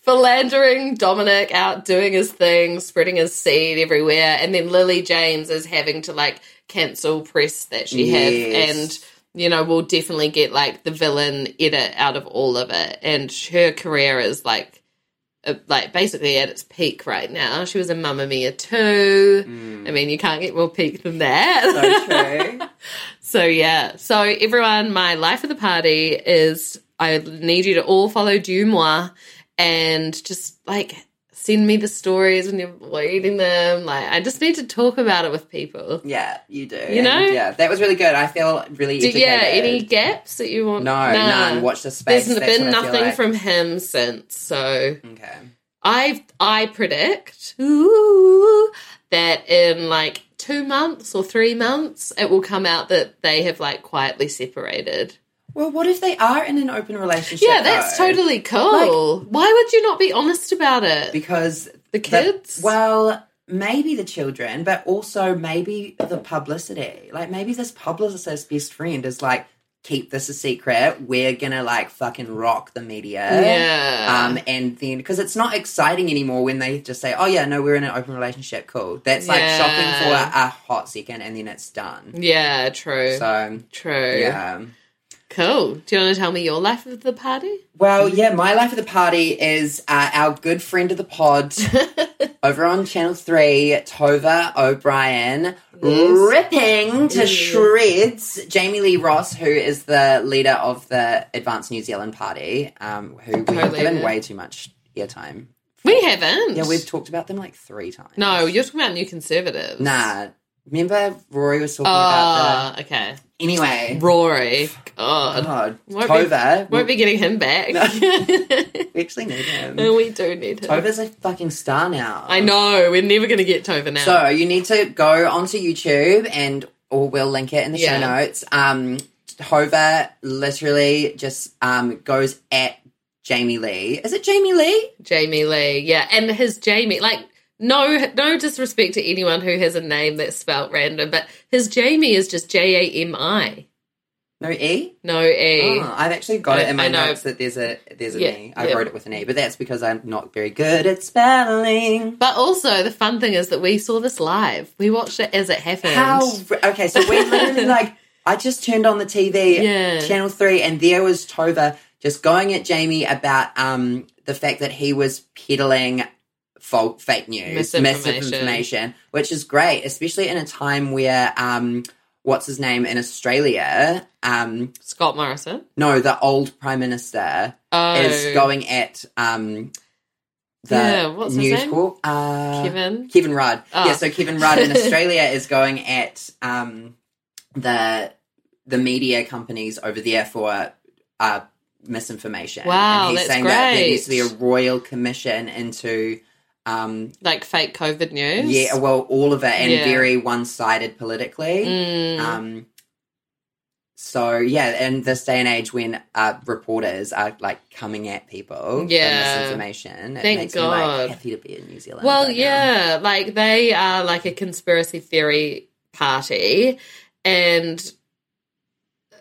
B: philandering Dominic out doing his thing, spreading his seed everywhere, and then Lily James is having to like cancel press that she had,
C: Yes.
B: and you know we'll definitely get like the villain edit out of all of it, and her career is like. uh, Like basically at its peak right now. She was a Mamma Mia too. I mean, you can't get more peak than that.
C: Mm. so true.
B: So yeah. So everyone, my life of the party is I need you to all follow Dumois and just like send me the stories when you're reading them. Like I just need to talk about it with people.
C: Yeah, you do.
B: You know?
C: And, yeah, that was really good. I feel really
B: Do,
C: educated.
B: yeah, any gaps that you
C: No,
B: want?
C: none. Watch the space.
B: There's
C: That's
B: been
C: what I feel
B: nothing
C: like.
B: from him since, so
C: Okay.
B: I I predict ooh, that in like two months or three months, it will come out that they have like quietly separated.
C: Well, what if they are in an open relationship?
B: Yeah, that's
C: though?
B: totally cool. Why would you not be honest about it?
C: because
B: The kids?
C: well, maybe the children, but also maybe the publicity. Like maybe this publicist's best friend is like, keep this a secret. We're gonna like fucking rock the media.
B: Yeah.
C: Um, and then because it's not exciting anymore when they just say, "Oh yeah, no, we're in an open relationship." Cool. That's like
B: Yeah.
C: shocking for a hot second, and then it's done.
B: yeah, true.
C: So
B: true.
C: yeah.
B: Cool. Do you want to tell me your life of the party?
C: Well, yeah, my life of the party is uh, our good friend of the pod over on Channel 3, Tova O'Brien, ripping to
B: Yes.
C: shreds Jamie Lee Ross, who is the leader of the Advanced New Zealand Party, um, who we have given
B: Co-leader.
C: way too much airtime.
B: We haven't.
C: Yeah, we've talked about them like three times.
B: No, you're talking about New Conservatives.
C: Nah. Remember Rory was talking about
B: Oh, okay.
C: that? Anyway.
B: Rory. God.
C: God,
B: Won't be-
C: Tova.
B: Won't be getting him back.
C: we actually need him.
B: No, we do need him.
C: Tova's a fucking star now.
B: I know. We're never going to get Tova now.
C: So you need to go onto YouTube and or we'll link it in the show
B: Yeah.
C: notes. Um Hova literally just um goes at Jamie Lee. Is it Jamie Lee?
B: Jamie Lee. Yeah. And his Jamie, like, no, no disrespect to anyone who has a name that's spelt random, but his Jamie is just J A M I.
C: No E?
B: No E.
C: Oh, I've actually got it
B: I-
C: in my
B: I know.
C: notes that there's a there's an
B: Yeah,
C: E. I
B: yeah.
C: wrote it with an E, but that's because I'm not very good at spelling.
B: But also, the fun thing is that we saw this live. We watched it as it happened.
C: How okay, so we literally like I just turned on the TV
B: Yeah.
C: channel three and there was Tova just going at Jamie about um the fact that he was peddling folk fake news,
B: Misinformation.
C: misinformation, which is great, especially in a time where um what's his name in Australia? Um
B: Scott Morrison.
C: no, the old Prime Minister
B: Oh,
C: is going at um the
B: Yeah, what's his
C: news
B: name?
C: corp. Uh,
B: Kevin.
C: Kevin Rudd.
B: Oh.
C: Yeah, so Kevin Rudd in Australia is going at um, the the media companies over there for uh, misinformation.
B: Wow,
C: and he's
B: that's
C: saying that there
B: great.
C: needs to be a royal commission into um,
B: Like fake COVID news.
C: yeah, well, all of it and
B: Yeah.
C: very one sided politically.
B: Mm,
C: Um, so yeah, in this day and age when uh, reporters are like coming at people
B: Yeah.
C: for misinformation, it
B: Thank
C: makes me like
B: God.
C: happy to be in New Zealand.
B: well,
C: right now.
B: yeah. Like they are like a conspiracy theory party. And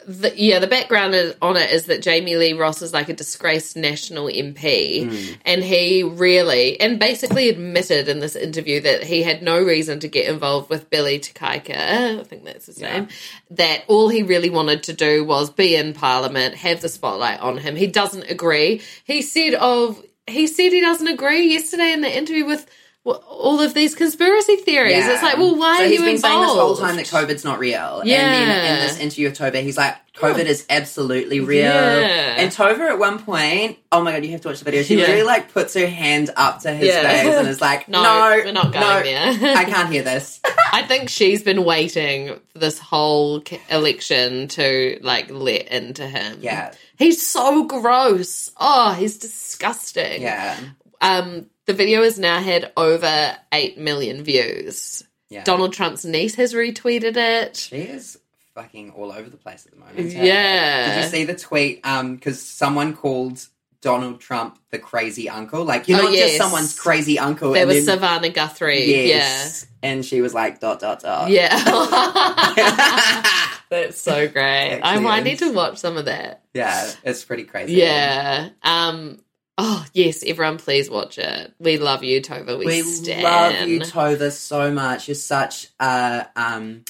B: the, yeah, the background is- on it is that Jamie Lee Ross is like a disgraced national MP.
C: Mm.
B: And he really, and basically admitted in this interview that he had no reason to get involved with Billy Takaika, I think that's his name, that all he really wanted to do was be in Parliament, have the spotlight on him. He doesn't agree. He said of, he said he doesn't agree yesterday in the interview with w- all of these conspiracy theories.
C: Yeah.
B: It's like, well, why
C: so
B: are
C: he's
B: you
C: been saying
B: involved?
C: this whole time that COVID's not real. And then in
B: Yeah.
C: this interview with Tova, he's like, COVID is absolutely real.
B: Yeah.
C: And Tova at one point, oh my god, you have to watch the video. She
B: Yeah.
C: really like puts her hand up to his
B: Yeah.
C: face and is like,
B: No,
C: No,
B: we're not going
C: no,
B: there."
C: I can't hear this.
B: I think she's been waiting for this whole c- election to like let into him.
C: Yeah.
B: He's so gross. Oh, he's disgusting.
C: Yeah.
B: Um, the video has now had over 8 million views.
C: Yeah.
B: Donald Trump's niece has retweeted it.
C: She is fucking all over the place at the moment. hey?
B: Yeah.
C: Did you see the tweet? Um, because someone called Donald Trump the crazy uncle. Like you're
B: Oh,
C: not just
B: yes.
C: someone's crazy uncle.
B: There
C: Oh, and
B: was
C: then-
B: Savannah Guthrie.
C: yes. And she was like dot dot
B: Yeah.
C: dot.
B: Yeah. That's so great. I
C: Actually
B: might
C: is.
B: need to watch some of that.
C: Yeah, it's pretty crazy.
B: Yeah. Um oh yes, everyone please watch it. We love you, Tova. We,
C: We
B: stan.
C: love you, Tova, so much. You're such a um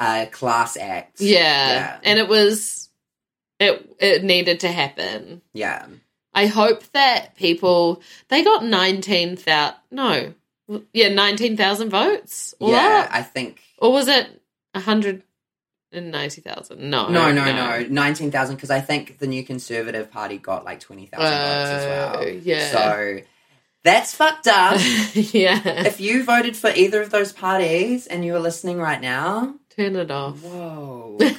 C: a class act.
B: Yeah.
C: Yeah.
B: And it was it it needed to happen.
C: Yeah.
B: I hope that people they got nineteen thousand no. Yeah, nineteen thousand votes. All
C: yeah.
B: up?
C: I think
B: Or was it hundred and ninety thousand? No.
C: no, no, no, nineteen thousand because I think the new Conservative Party got like twenty thousand votes as
B: Oh,
C: well.
B: yeah.
C: so that's fucked up.
B: yeah.
C: if you voted for either of those parties and you are listening right now,
B: Turn it off.
C: whoa,
B: well,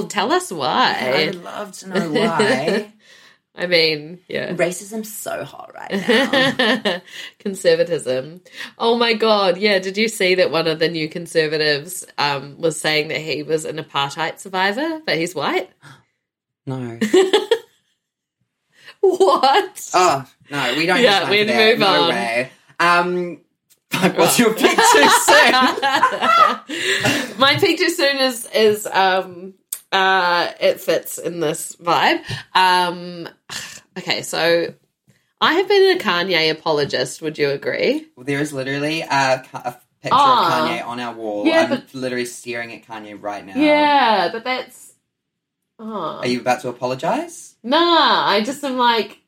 C: girl.
B: tell us why.
C: I would love to know why
B: I mean, yeah.
C: racism's so hot right now.
B: Conservatism. Oh my god, yeah. Did you see that one of the new conservatives um, was saying that he was an apartheid survivor, but he's white?
C: No.
B: What?
C: Oh no, we don't. have
B: Yeah,
C: time
B: we'd
C: for that.
B: move
C: No
B: on.
C: way. Um, Like, what's your pick too soon?
B: My pick too soon is is um uh it fits in this vibe. Um okay, so I have been a Kanye apologist, would you agree?
C: There is literally a, ca- a picture
B: Ah.
C: of Kanye on our wall.
B: Yeah,
C: I'm
B: but-
C: literally staring at Kanye right now.
B: Yeah, but that's oh.
C: Are you about to apologize?
B: Nah, I just am like,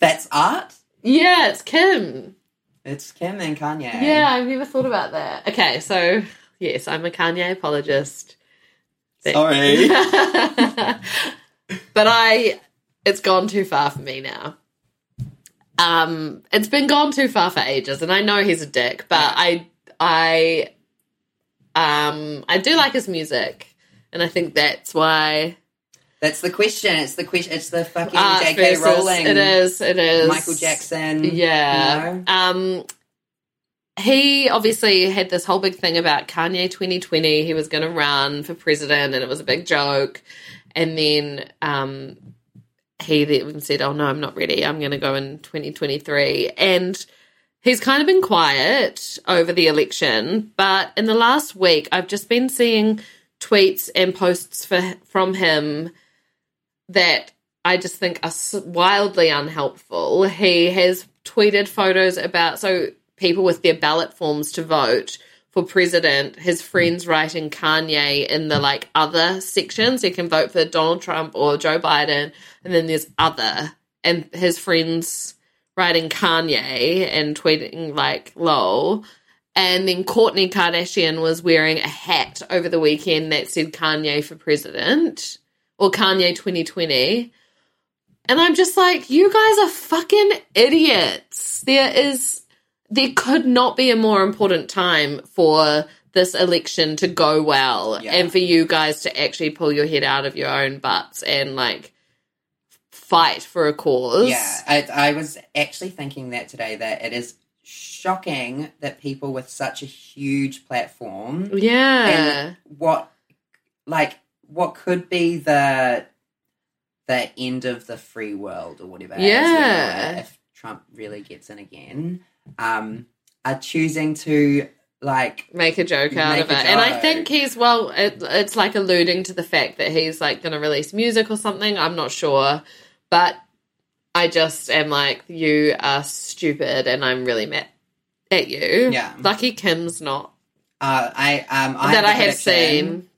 C: That's art.
B: yeah, it's Kim.
C: It's Kim and Kanye.
B: Yeah, I've never thought about that. Okay, so yes, I'm a Kanye apologist.
C: Sorry.
B: but I, it's gone too far for me now. Um, it's been gone too far for ages, and I know he's a dick, but I, I, um, I do like his music, and I think that's why.
C: That's the question. It's the question. It's the fucking
B: art
C: J.K.
B: versus-
C: Rowling.
B: It is. It is
C: Michael Jackson.
B: Yeah.
C: you know?
B: Um he obviously had this whole big thing about Kanye 2020. He was going to run for president and it was a big joke. And then um he then said, "Oh no, I'm not ready. I'm going to go in 2023." And he's kind of been quiet over the election, but in the last week I've just been seeing tweets and posts for, from him that I just think are s- wildly unhelpful. He has tweeted photos about so people with their ballot forms to vote for president, his friends writing Kanye in the like other section. So you can vote for Donald Trump or Joe Biden, and then there's other, and his friends writing Kanye and tweeting like lol. And then Courtney Kardashian was wearing a hat over the weekend that said Kanye for president or Kanye 2020. And I'm just like, you guys are fucking idiots. There is, there could not be a more important time for this election to go well
C: Yeah.
B: and for you guys to actually pull your head out of your own butts and like fight for a cause.
C: Yeah, I, I was actually thinking that today that it is shocking that people with such a huge
B: Mm.
C: platform
B: Yeah.
C: and what like what could be the the end of the free world or whatever as we know
B: Yeah.
C: it, if Trump really gets in again um are choosing to like
B: make a joke out
C: Make
B: of
C: a
B: it. And I
C: joke.
B: think he's well. It, it's like alluding to the fact that he's like going to release music or something. I'm not sure, but I just am like, you are stupid, and I'm really mad at you.
C: Yeah.
B: Lucky Kim's not
C: uh I um I
B: that I have
C: prediction
B: seen.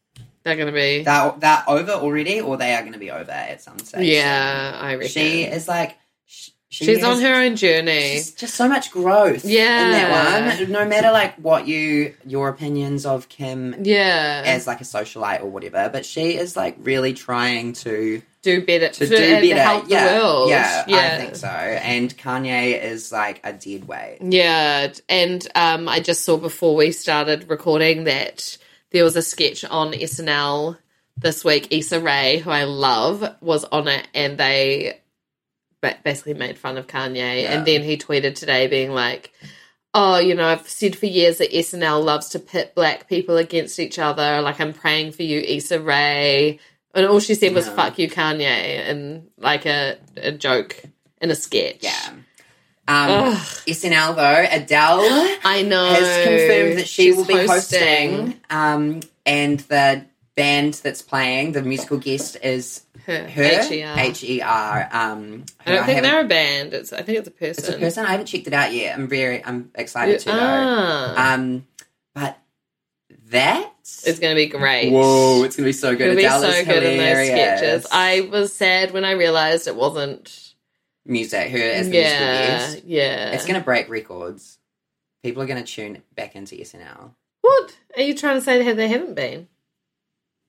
B: They're going to be.
C: that that over already or they are going to be over at some stage
B: yeah, I reckon
C: she is like sh- she
B: she's on
C: has-
B: her own journey.
C: She's just so much growth in that
B: Yeah.
C: one. No matter like what you your opinions of Kim
B: Yeah,
C: as like a socialite or whatever, but she is like really trying to
B: do better
C: to do better.
B: help
C: yeah,
B: the world.
C: yeah, I think so. And Kanye is like a dead weight.
B: Yeah, and um, I just saw before we started recording that there was a sketch on SNL this week. Issa Rae, who I love, was on it, and they ba- basically made fun of Kanye. And then he tweeted today, being like, "Oh, you know, I've said for years that SNL loves to pit black people against each other. Like, I'm praying for you, Issa Rae." And all she said was
C: Yeah.
B: "fuck you, Kanye," and like a, a joke in a sketch.
C: Yeah. Um, SNL though, Adele
B: I know.
C: has confirmed that she
B: She's
C: will be hosting, um, and the band that's playing the musical guest is
B: her.
C: her
B: H-E-R.
C: H E R. Um,
B: I don't
C: who
B: think
C: haven't-
B: they're a band. It's I think it's a person.
C: It's a person. I haven't checked it out yet. I'm very I'm excited to know.
B: Ah,
C: Um, but that
B: it's gonna be great.
C: whoa, it's gonna be so
B: It'll
C: good.
B: be
C: Adele
B: so
C: is
B: good in those
C: hilarious.
B: sketches. I was sad when I realized it wasn't.
C: music her as the musical
B: Yeah,
C: guest.
B: yeah.
C: It's gonna break records. People are gonna tune back into SNL.
B: What are you trying to say? That they haven't been.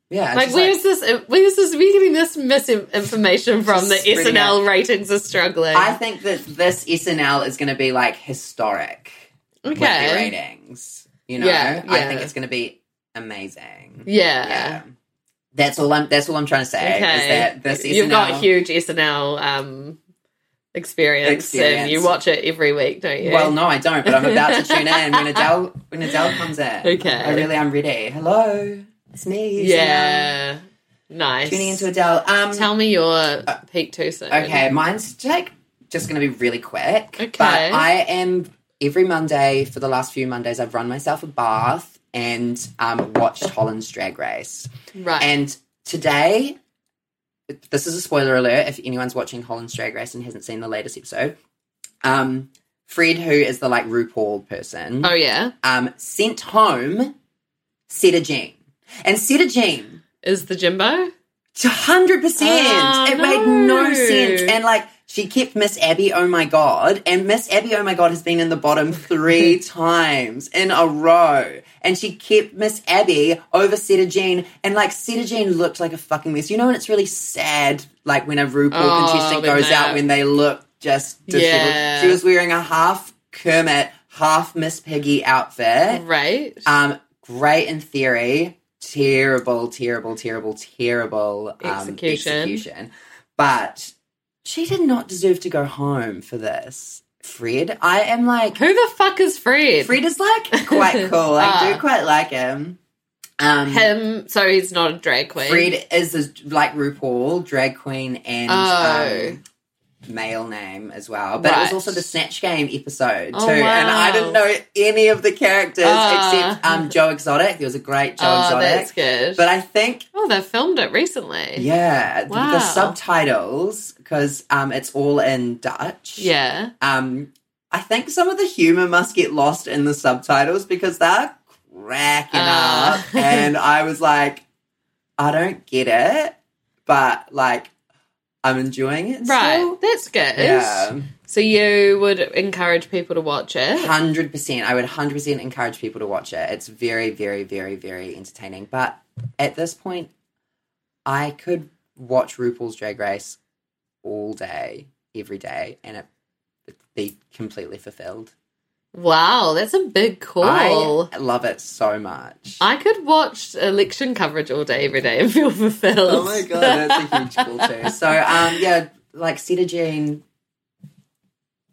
C: Yeah, it's
B: Like,
C: just
B: where's this? Where's this? We're getting this misinformation from the
C: Just spreading
B: SNL ratings are struggling.
C: I think that this SNL is gonna be like historic with their
B: okay.
C: ratings. You know,
B: Yeah,
C: I
B: yeah.
C: think it's gonna be amazing.
B: Yeah.
C: Yeah. That's all I'm. That's all I'm trying to say. Is that this SNL
B: You've got huge SNL um, experience, and
C: Experience.
B: you watch it every week, don't you?
C: Well, no, I don't. But I'm about to tune in when Adele when Adele comes in.
B: Okay.
C: I really am ready. Hello, it's me. SNL.
B: yeah, nice.
C: Tuning into Uh, Adele. Um.
B: Tell me your peak too soon.
C: okay, mine's like just gonna be really quick.
B: Okay.
C: But I am every Monday for the last few Mondays, I've run myself a bath and um, watched Holland's Drag Race.
B: Right.
C: And today, this is a spoiler alert if anyone's watching Holland's Drag Race and hasn't seen the latest episode. Um, Fred, who is the like RuPaul person,
B: oh yeah,
C: um, sent home Seta Jean. And Seta Jean,
B: is the Jimbo?
C: 100%,
B: Oh,
C: it made no
B: no.
C: sense. And like, she kept Miss Abby, oh my God. And Miss Abby, oh my God, has been in the bottom three times in a row. And she kept Miss Abby over Seta Jean. And like, Seta Jean looked like a fucking mess. You know, and it's really sad, like, when a RuPaul
B: Oh,
C: contestant
B: when
C: goes
B: they-
C: out when they look just disheveled.
B: Yeah.
C: She was wearing a half Kermit, half Miss Piggy outfit.
B: Right.
C: Um, great in theory, terrible, terrible, terrible, terrible um,
B: Execution.
C: execution. But she did not deserve to go home for this. Fred, I am like
B: Who the fuck is Fred?
C: Fred is like quite cool. I do
B: Ah.
C: quite like him. Um,
B: Him. So he's not a drag queen.
C: Fred is a, like RuPaul, drag queen, and
B: Oh.
C: um, male name as well. But it was
B: Right.
C: also the Snatch Game episode too,
B: Oh,
C: and I didn't
B: wow.
C: know any of the characters
B: Ah.
C: except um, Joe Exotic. There was a great Joe
B: oh, that's
C: Exotic.
B: good.
C: But I think.
B: oh, they filmed it recently.
C: Yeah, th- the
B: Wow.
C: subtitles because um, it's all in Dutch.
B: Yeah.
C: um, I think some of the humor must get lost in the subtitles because they're cracking
B: Ah.
C: up, and I was like, I don't get it, but like, I'm enjoying it.
B: Right.
C: still.
B: That's good.
C: Yeah,
B: So you would encourage people to watch it.
C: hundred percent. I would hundred percent encourage people to watch it. It's very, very, very, very entertaining. But at this point, I could watch RuPaul's Drag Race all day, every day, and it it'd be completely fulfilled.
B: Wow, that's a big call.
C: I love it so much.
B: I, could watch election coverage all day, every day, and feel fulfilled.
C: oh my god, that's a huge call too. So um yeah, like Cedar Jean.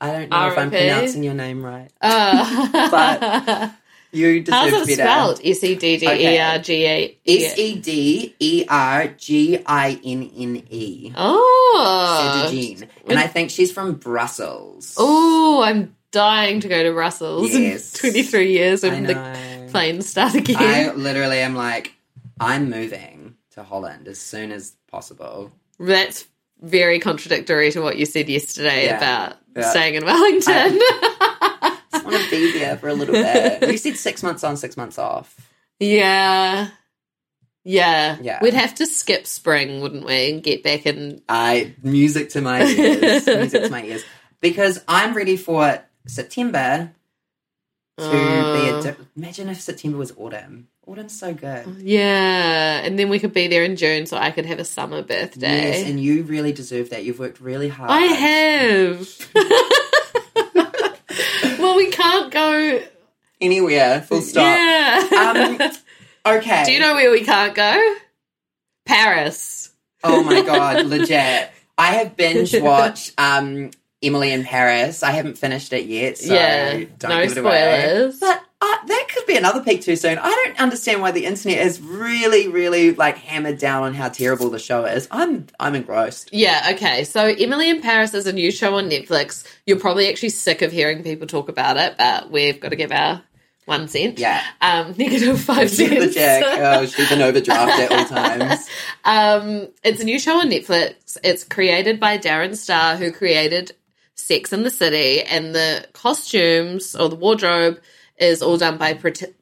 C: I don't know if I'm
B: R.I.P..
C: pronouncing your name right.
B: Uh,
C: But- You
B: how's
C: deserve
B: it
C: better.
B: spelled? S e d d e r g a
C: S E D E R G I N N E.
B: Oh,
C: Cedar Jean. And I think she's from Brussels.
B: Oh, I'm dying to go to Russell's
C: Yes.
B: in 23 years
C: I
B: when the
C: know.
B: planes start again.
C: I literally am like, I'm moving to Holland as soon as possible.
B: That's very contradictory to what you said yesterday
C: Yeah.
B: about
C: Yeah.
B: staying in Wellington.
C: I want to be there for a little bit. You said six months on, six months off.
B: yeah. Yeah.
C: Yeah.
B: We'd have to skip spring, wouldn't we, and get back in.
C: I music to my ears, music to my ears, because I'm ready for September to
B: Mm.
C: be. A di- Imagine if September was autumn. Autumn's so good.
B: Yeah. And then we could be there in June so I could have a summer birthday.
C: Yes, and you really deserve that. You've worked really hard.
B: I have. well, we can't go.
C: anywhere. Full stop.
B: Yeah.
C: Um, Okay.
B: Do you know where we can't go? Paris.
C: Oh my god, legit. I have binge watched um, Emily in Paris. I haven't finished it yet, so
B: yeah.
C: don't
B: no
C: give it away.
B: spoilers.
C: But uh, that could be another peak too soon. I don't understand why the internet has really, really like hammered down on how terrible the show is. I'm, I'm engrossed.
B: Yeah, okay. So Emily in Paris is a new show on Netflix. You're probably actually sick of hearing people talk about it, but we've got to give our one cent.
C: Yeah.
B: Um, negative five
C: the
B: cents.
C: Jack, oh, she's an overdraft at all times.
B: Um, it's a new show on Netflix. It's created by Darren Star, who created Sex in the City, and the costumes or the wardrobe is all done by Pat-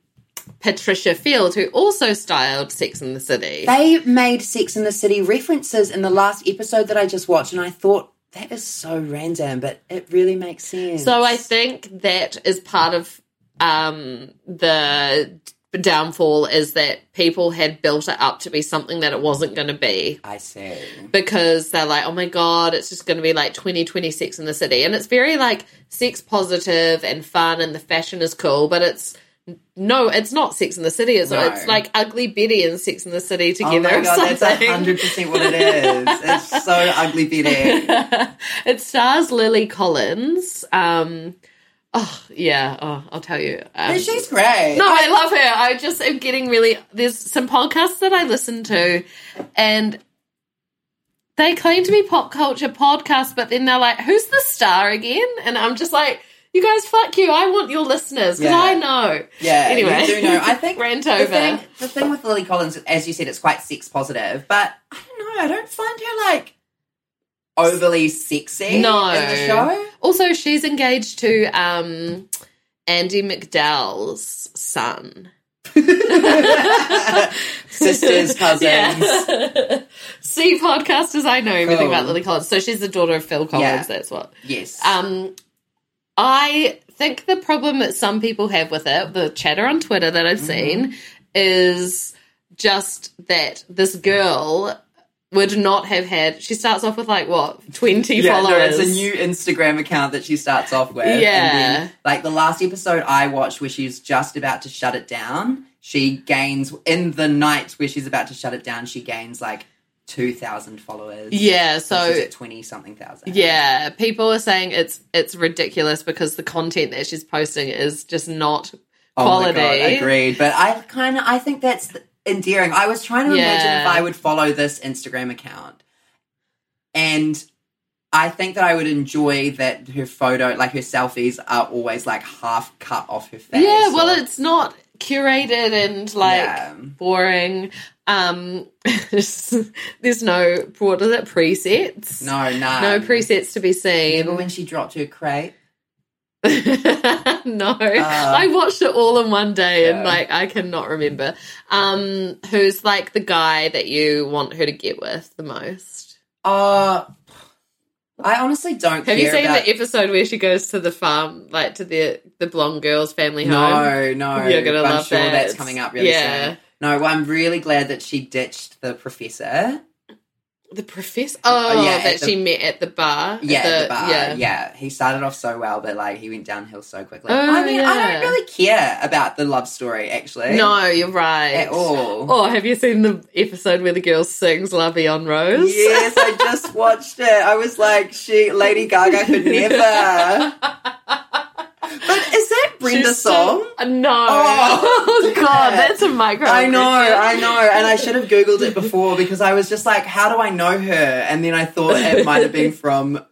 B: Patricia Field, who also styled Sex in the City.
C: They made Sex in the City references in the last episode that I just watched, and I thought that is so random, but it really makes sense.
B: So I think that is part of um, the downfall is that people had built it up to be something that it wasn't going to be.
C: I see.
B: because they're like, oh my god, it's just going to be like 2026 in the city. And it's very like sex positive and fun and the fashion is cool, but it's no, it's not Sex in the City. It's,
C: No.
B: it's like Ugly Betty and Sex in the City
C: Oh
B: together
C: my
B: or
C: god, that's
B: something.
C: hundred percent what it is. It's so ugly, Betty.
B: it stars Lily Collins. Um, oh, yeah, oh, I'll tell you. Um,
C: But she's great.
B: No, I love her. I just am getting really. There's some podcasts that I listen to, and they claim to be pop culture podcasts, but then they're like, "Who's the star again?" And I'm just like, You guys, fuck you. I want your listeners because
C: Yeah.
B: I know.
C: Yeah,
B: Anyway.
C: you do know. I think
B: Rant
C: the
B: over.
C: Thing, the thing with Lily Collins, as you said, it's quite sex positive, but I don't know. I don't find her like overly sexy.
B: No.
C: in the show.
B: Also, she's engaged to um, Andy McDowell's son.
C: Sisters, cousins.
B: Yeah. See, podcasters, I know everything
C: Cool.
B: about Lily Collins. So she's the daughter of Phil Collins,
C: Yeah.
B: that's what.
C: Yes.
B: Um, I think the problem that some people have with it, the chatter on Twitter that I've
C: Mm-hmm.
B: seen, is just that this girl would not have had. She starts off with like what twenty
C: yeah, no,
B: followers.
C: it's a new Instagram account that she starts off with. and
B: Yeah.
C: then, like the last episode I watched where she's just about to shut it down, she gains, in the night where she's about to shut it down, she gains like 2,000 followers.
B: yeah,
C: She's
B: so
C: at 20 something thousand.
B: yeah, people are saying it's it's ridiculous because the content that she's posting is just not quality.
C: Oh my God, agreed. But I kind of I think that's endearing. I was trying to imagine
B: Yeah.
C: if I would follow this Instagram account, and I think that I would enjoy that her photo, like her selfies, are always like half cut off her face.
B: Yeah, well,
C: or-
B: it's not curated and like
C: Yeah.
B: boring. Um, there's no what is it presets?
C: no, no,
B: no presets to be seen.
C: Remember when she dropped her crepe?
B: no, I watched it all in one day and
C: Uh. Yeah.
B: like I cannot remember. Um, who's like the guy that you want her to get with the most?
C: Uh I honestly don't.
B: Have you
C: care
B: seen
C: about-
B: the episode where she goes to the farm, like to the the blonde girl's family home?
C: No, no.
B: You're gonna
C: but I'm
B: love
C: sure
B: that.
C: that's coming up really
B: Yeah.
C: soon. No, well, I'm really glad that she ditched the professor.
B: The professor. Oh,
C: yeah, at
B: that
C: the-
B: she met at the bar. at
C: Yeah, the, bar.
B: yeah.
C: Yeah. he started off so well, but like he went downhill so quickly.
B: Oh,
C: I mean, I
B: yeah.
C: don't really care about the love story actually.
B: No, you're right.
C: at all.
B: Or Oh, have you seen the episode where the girl sings La Vie en Rose?
C: Yes, I just watched it. I was like, she, Lady Gaga could never. but is that Brenda's
B: She's so-
C: song?
B: Uh, no.
C: Oh,
B: God,
C: yeah.
B: that's a micro.
C: I know, I know, and I should have googled it before because I was just like, "How do I know her?" And then I thought it might have been from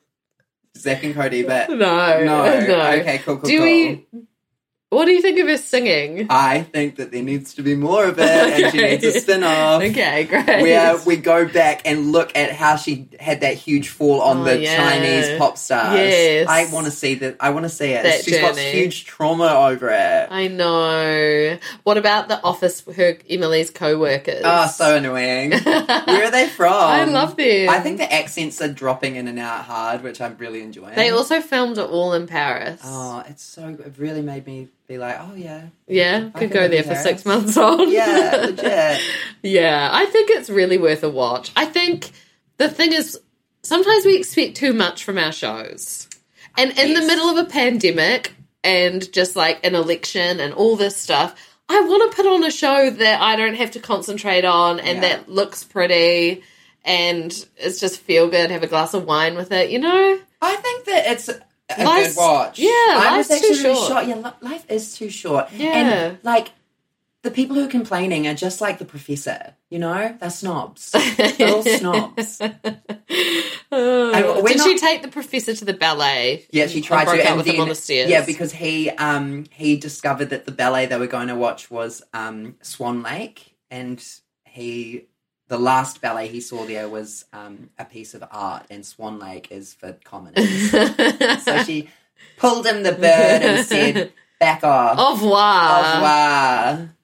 C: Zach and Cody, but
B: No.
C: no,
B: No.
C: okay, cool, cool,
B: Do
C: cool.
B: we. What do you think of her singing?
C: I think that there needs to be more of it, and she
B: Okay.
C: needs a spin off.
B: Okay, great.
C: Where we go back and look at how she had that huge fall on
B: Oh,
C: the
B: yeah.
C: Chinese pop stars.
B: Yes.
C: I want to see that. I want to see it.
B: That
C: She's got
B: journey.
C: huge trauma over it.
B: I know. What about the office, her Emily's co workers?
C: Oh, so annoying. Where are they from?
B: I love them.
C: I think the accents are dropping in and out hard, which I'm really enjoying.
B: They also filmed it all in Paris.
C: Oh, it's so. It really made me be like, oh yeah,
B: yeah,
C: I
B: could
C: think
B: go
C: it'd be
B: there for six
C: Paris.
B: months on.
C: yeah, legit.
B: Yeah, I think it's really worth a watch. I think the thing is, sometimes we expect too much from our shows. And in the
C: Yes.
B: middle of a pandemic and just like an election and all this stuff, I want to put on a show that I don't have to concentrate on and
C: Yeah.
B: that looks pretty and it's just feel good, have a glass of wine with it, you know?
C: I think that it's a
B: Life's-
C: good watch.
B: yeah,
C: I
B: life's
C: was
B: too
C: actually really
B: short.
C: shocked. Yeah, li- life is too short.
B: Yeah.
C: and like the people who are complaining are just like the professor. You know, they're snobs. They're all snobs.
B: Oh.
C: we're
B: Did she
C: not-
B: take the professor to the ballet?
C: Yeah, she tried
B: broke
C: to.
B: up
C: and
B: with
C: then,
B: him on the stairs.
C: Yeah, because he um he discovered that the ballet they were going to watch was um Swan Lake, and he the last ballet he saw there was um a piece of art, and Swan Lake is for commoners. so she pulled him the bird and said, "Back off."
B: Au revoir.
C: Au revoir."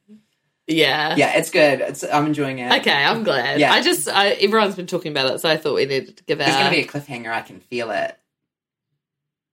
B: Yeah.
C: uh, Yeah, it's good. It's, I'm enjoying it.
B: Okay, I'm glad.
C: Yeah.
B: I just I, everyone's been talking about it, so I thought we needed to give
C: There's
B: out.
C: going to be a cliffhanger. I can feel it.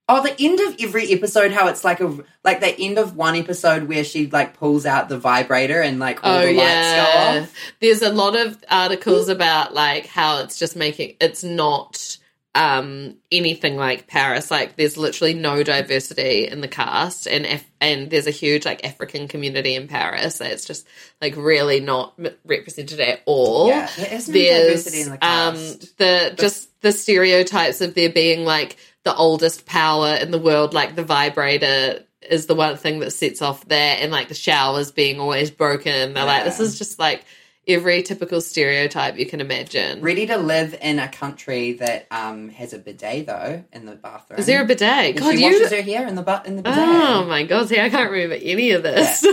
C: Oh, the end of every episode, how it's like a like the end of one episode where she like pulls out the vibrator and like all
B: oh
C: the lights go
B: yeah,
C: off.
B: there's a lot of articles about like how it's just making it's not um anything like Paris. Like there's literally no diversity in the cast, and Af- and there's a huge like African community in Paris. So it's just like really not m- represented at all.
C: Yeah, there is no
B: there's
C: diversity in the
B: um
C: cast.
B: the just the stereotypes of there being like the oldest power in the world like the vibrator is the one thing that sets off that and like the showers being always broken they're like
C: Yeah.
B: this is just like every typical stereotype you can imagine.
C: Ready to live in a country that um, has a bidet though in the bathroom.
B: Is there a bidet?
C: And
B: God,
C: she
B: you.
C: washes her hair in the bu- in the bidet.
B: oh my God, see, I can't remember any of this.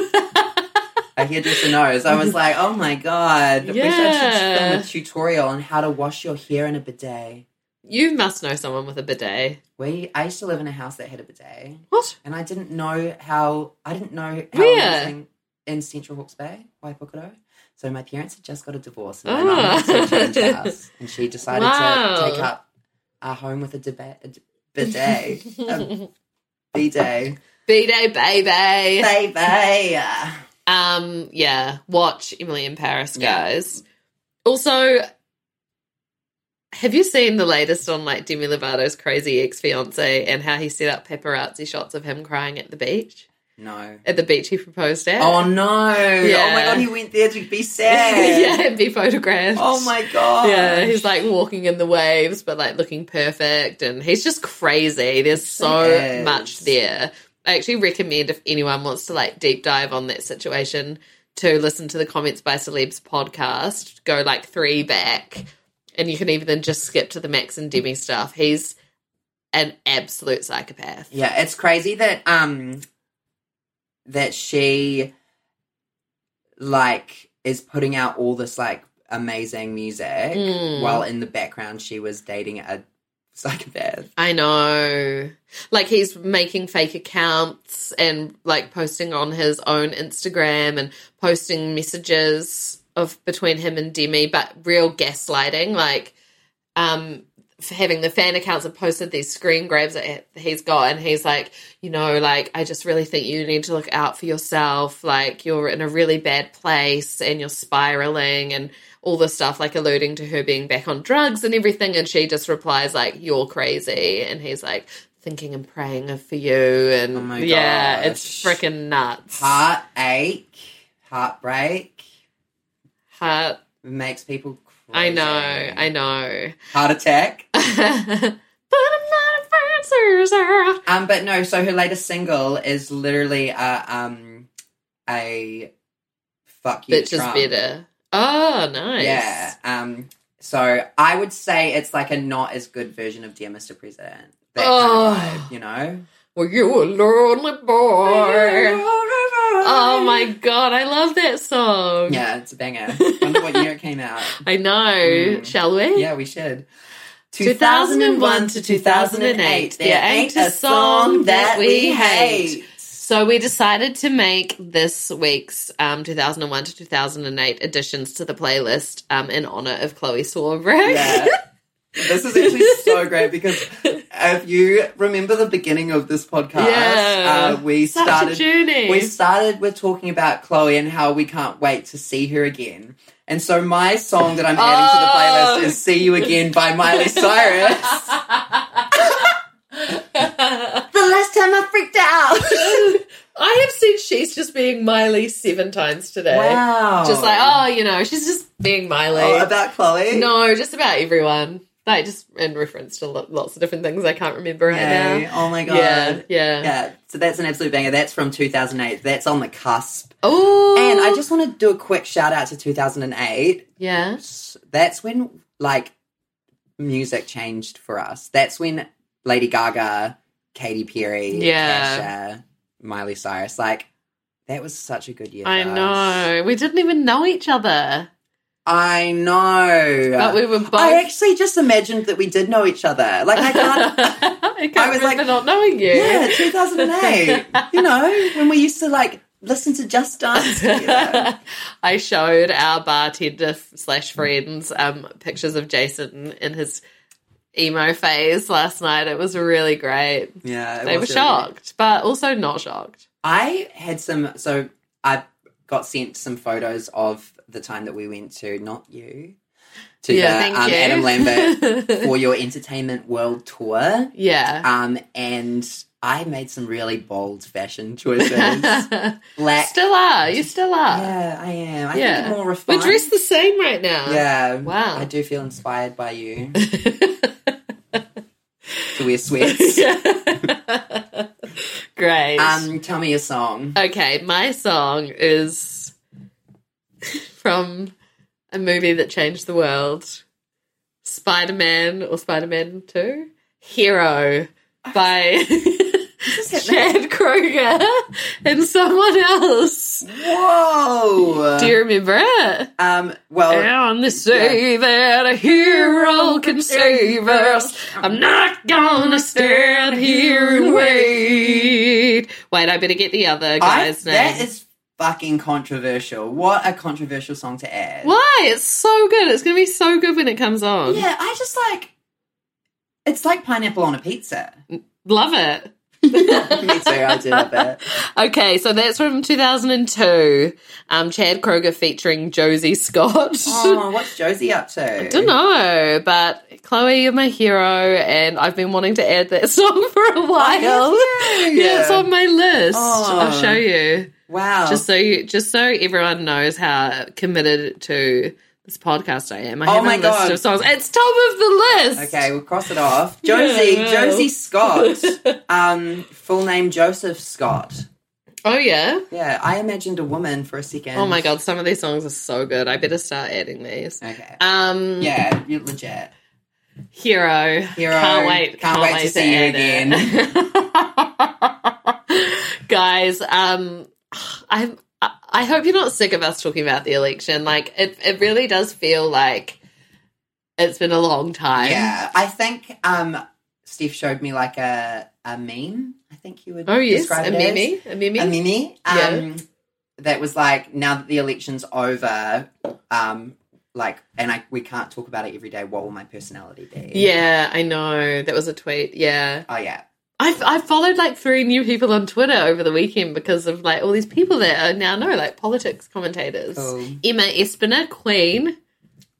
C: a hairdresser knows. I was like, oh my god, I wish I should film
B: Yeah.
C: a tutorial on how to wash your hair in a bidet.
B: you must know someone with a bidet.
C: We, I used to live in a house that had a bidet,
B: What?
C: and I didn't know how. I didn't know how
B: Where?
C: amazing in Central Hawke's Bay, Waipukoro. So my parents had just got a divorce, and
B: Oh.
C: my mum had to change house, and she decided
B: Wow.
C: to take up our home with a, deba- a d- bidet, a bidet,
B: B-Day baby.
C: baby.
B: Um, yeah, watch Emily in Paris, guys. Also, have you seen the latest on like Demi Lovato's crazy ex fiance and how he set up paparazzi shots of him crying at the beach?
C: No.
B: At the beach he proposed at?
C: Oh no! Oh my
B: Yeah.
C: god, he went there to be sad.
B: yeah, and be photographed.
C: Oh my god.
B: Yeah, he's like walking in the waves, but like looking perfect, and he's just crazy. There's so
C: Yes.
B: much there. I actually recommend if anyone wants to like deep dive on that situation to listen to the Comments by Celebs podcast. Go like three back, and you can even then just skip to the Max and Demi stuff. He's an absolute psychopath.
C: Yeah, it's crazy that um that she like is putting out all this like amazing music
B: Mm.
C: while in the background she was dating a psychopath.
B: I know. Like he's making fake accounts and like posting on his own Instagram and posting messages of between him and Demi, but real gaslighting. Like um for having the fan accounts and posted these screen grabs that he's got and he's like you know like i just really think you need to look out for yourself like you're in a really bad place and you're spiraling and all this stuff like alluding to her being back on drugs and everything and she just replies like you're crazy and he's like thinking and praying for you and
C: Oh my
B: yeah
C: gosh.
B: it's freaking nuts
C: Heartache, heartbreak
B: Heart-
C: makes people crazy.
B: i know i know
C: Heart attack.
B: but i'm not a fancy
C: Um, but no, so her latest single is literally a um a fuck you
B: Bitch is
C: Trump.
B: better. Oh, nice.
C: Yeah. Um. So I would say it's like a not as good version of Dear Mr. President. That kind
B: Oh.
C: of vibe, you know.
B: Well, you a lonely boy. Oh my god, I love that song.
C: Yeah, it's a banger. Wonder what year it came out.
B: I know.
C: Mm.
B: Shall we?
C: Yeah, we should.
B: 2001 to 2008, there ain't a song that we hate. So we decided to make this week's um, 2001 to 2008 additions to the playlist um, in honor of Chloe Swarbrick.
C: Yeah. This is actually so great because if you remember the beginning of this podcast,
B: Yeah.
C: uh, we
B: Such
C: started
B: a journey.
C: We started with talking about Chloe and how we can't wait to see her again. And so my song that I'm adding to the playlist is See You Again by Miley Cyrus. the last time I freaked out.
B: I have said she's just being Miley seven times today.
C: Wow.
B: Just like, oh, you know, she's just being Miley.
C: Oh, about Chloe?
B: No, just about everyone. Like just in reference to lo- lots of different things I can't remember right
C: Hey,
B: now.
C: Oh my god.
B: Yeah, yeah.
C: Yeah, so that's an absolute banger. That's from 2008. That's on the cusp.
B: Oh,
C: And I just want to do a quick shout out to 2008.
B: yeah.
C: that's when like music changed for us. That's when Lady Gaga, Katy Perry,
B: Yeah.
C: Kesha, Miley Cyrus, like that was such a good year.
B: I
C: for us.
B: know. We didn't even know each other,
C: I know.
B: but we were both.
C: I actually just imagined that we did know each other. Like I can't.
B: I can't
C: I was
B: remember
C: like-
B: not knowing you.
C: yeah, 2008. you know when we used to like listen to Just Dance. Together.
B: I showed our bartender f- slash friends um, pictures of Jason in his emo phase last night. It was really great.
C: Yeah, it
B: They were
C: was really-
B: shocked, but also not shocked.
C: I had some. So I got sent some photos of the time that we went to, not you, to the um, Adam Lambert for your entertainment world tour.
B: yeah.
C: Um, and I made some really bold fashion choices. Black.
B: still are. You still are.
C: yeah, I am. I
B: Yeah.
C: think I'm more
B: We're
C: refined.
B: dressed the same right now.
C: yeah.
B: Wow.
C: I do feel inspired by you to wear sweats.
B: Yeah. Great.
C: um, tell me a song.
B: okay, my song is from a movie that changed the world Spider Man or Spider Man 2? Hero by Chad Kroger and someone else.
C: Whoa.
B: Do you remember it?
C: um. Well.
B: Down the sea that a Oh. hero can save us. I'm not gonna stand here and wait. Wait, I better get the other
C: I,
B: guy's name.
C: that is fucking controversial. What a controversial song to add.
B: Why? It's so good. It's gonna be so good when it comes on.
C: Yeah, I just like. It's like pineapple on a pizza. Me
B: Love it.
C: too. I do love it.
B: Okay, so that's from 2002. Um, Chad Kroger featuring Josie Scott.
C: Oh, what's Josie up to?
B: Don't know, but Chloe, you're my hero, and I've been wanting to add that song for a while.
C: have you?
B: Yeah, it's on my list.
C: Oh.
B: I'll show you.
C: Wow.
B: Just so you, just so everyone knows how committed to this podcast I am. I
C: Oh
B: have
C: my
B: a list
C: God.
B: of songs. It's top of the list.
C: okay, we'll cross it off. Josie,
B: wow.
C: Josie Scott. um, full name Joseph Scott.
B: Oh yeah.
C: Yeah, I imagined a woman for a second.
B: Oh my god, some of these songs are so good. I better start adding these.
C: Okay.
B: Um,
C: yeah, you're legit.
B: Hero.
C: Hero.
B: Can't wait.
C: Can't wait to see you
B: add it. Guys, um, I'm. I- I hope you're not sick of us talking about the election. Like it, it really does feel like it's been a long time.
C: Yeah, I think um, Steph showed me like a a meme. I think you would.
B: Oh yes,
C: describe it
B: a
C: as.
B: meme, a meme.
C: A meme.
B: Yeah.
C: Um, That was like now that the election's over, um, like, and I we can't talk about it every day. What will my personality be?
B: Yeah, I know. That was a tweet. Yeah.
C: Oh yeah.
B: I, I followed like three new people on Twitter over the weekend because of like all these people that are now know like politics commentators.
C: Cool.
B: Emma Espiner, Queen,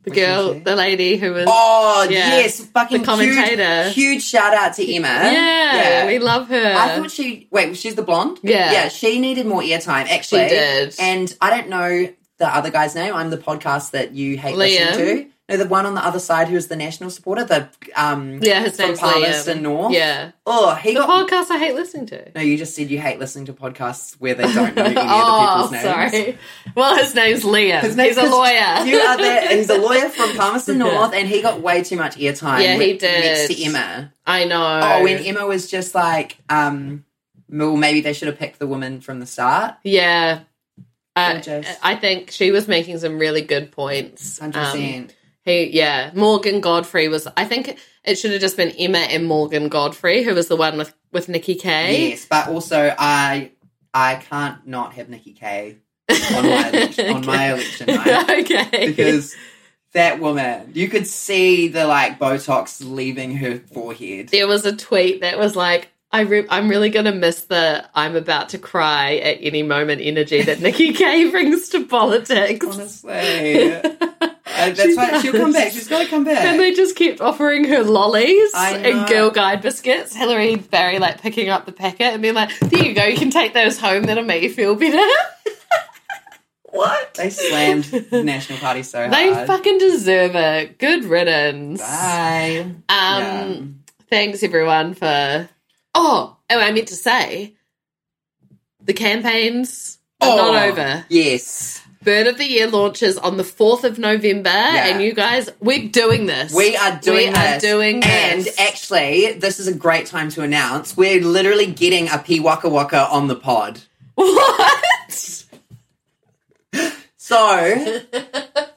B: the
C: Rest in
B: girl,
C: peace.
B: the lady who was.
C: Oh
B: Yeah.
C: yes, fucking
B: The commentator.
C: Huge, huge shout out to Emma.
B: yeah, we love her.
C: I thought she wait, she's the blonde.
B: Yeah.
C: yeah, she needed more airtime actually.
B: She did.
C: and I don't know the other guy's name. I'm the podcast that you hate
B: Liam.
C: listening to. No, the one on the other side who's the national supporter. The um,
B: yeah, his
C: from
B: name's
C: Palmerston
B: Liam.
C: North.
B: Yeah,
C: Oh, he
B: the
C: got.
B: podcast I hate listening to.
C: no, you just said you hate listening to podcasts where they don't know any
B: oh,
C: of the people's names.
B: sorry. Well, his name's Liam.
C: His name-
B: He's a lawyer.
C: You are there. He's a lawyer from Palmerston North, and he got way too much airtime.
B: Yeah, he
C: with-
B: did.
C: Next to Emma.
B: I know.
C: Oh, when Emma was just like, um, well, maybe they should have picked the woman from the start.
B: yeah. Uh,
C: Gorgeous.
B: I think she was making some really good points. Um,
C: Hundred percent.
B: He, yeah, Morgan Godfrey was. I think it should have just been Emma and Morgan Godfrey, who was the one with with Nikki K.
C: Yes, but also I I can't not have Nikki K on my election, on my election night
B: okay.
C: because that woman, you could see the like Botox leaving her forehead.
B: there was a tweet that was like, I re- I'm really gonna miss the I'm about to cry at any moment energy that Nikki K brings to politics.
C: Honestly, Uh, that's
B: She
C: why she'll come
B: does.
C: back. She's got to come
B: And
C: back.
B: they just kept offering her lollies
C: I know.
B: and Girl Guide biscuits. Hillary Barry like picking up the packet and being like, "There you go, you can take those home. That'll make you feel better." what?
C: They slammed the National Party so hard.
B: They fucking deserve it. Good riddance.
C: Bye.
B: Um,
C: Yeah.
B: thanks everyone for. Oh, oh, I meant to say, the campaigns are not
C: Oh,
B: over.
C: Yes,
B: Bird of the Year launches on the fourth of November, and you guys, we're doing this.
C: we are doing
B: We
C: this.
B: are doing
C: and
B: this.
C: actually, this is a great time to announce we're literally getting a P Waka Waka on the pod.
B: what?
C: So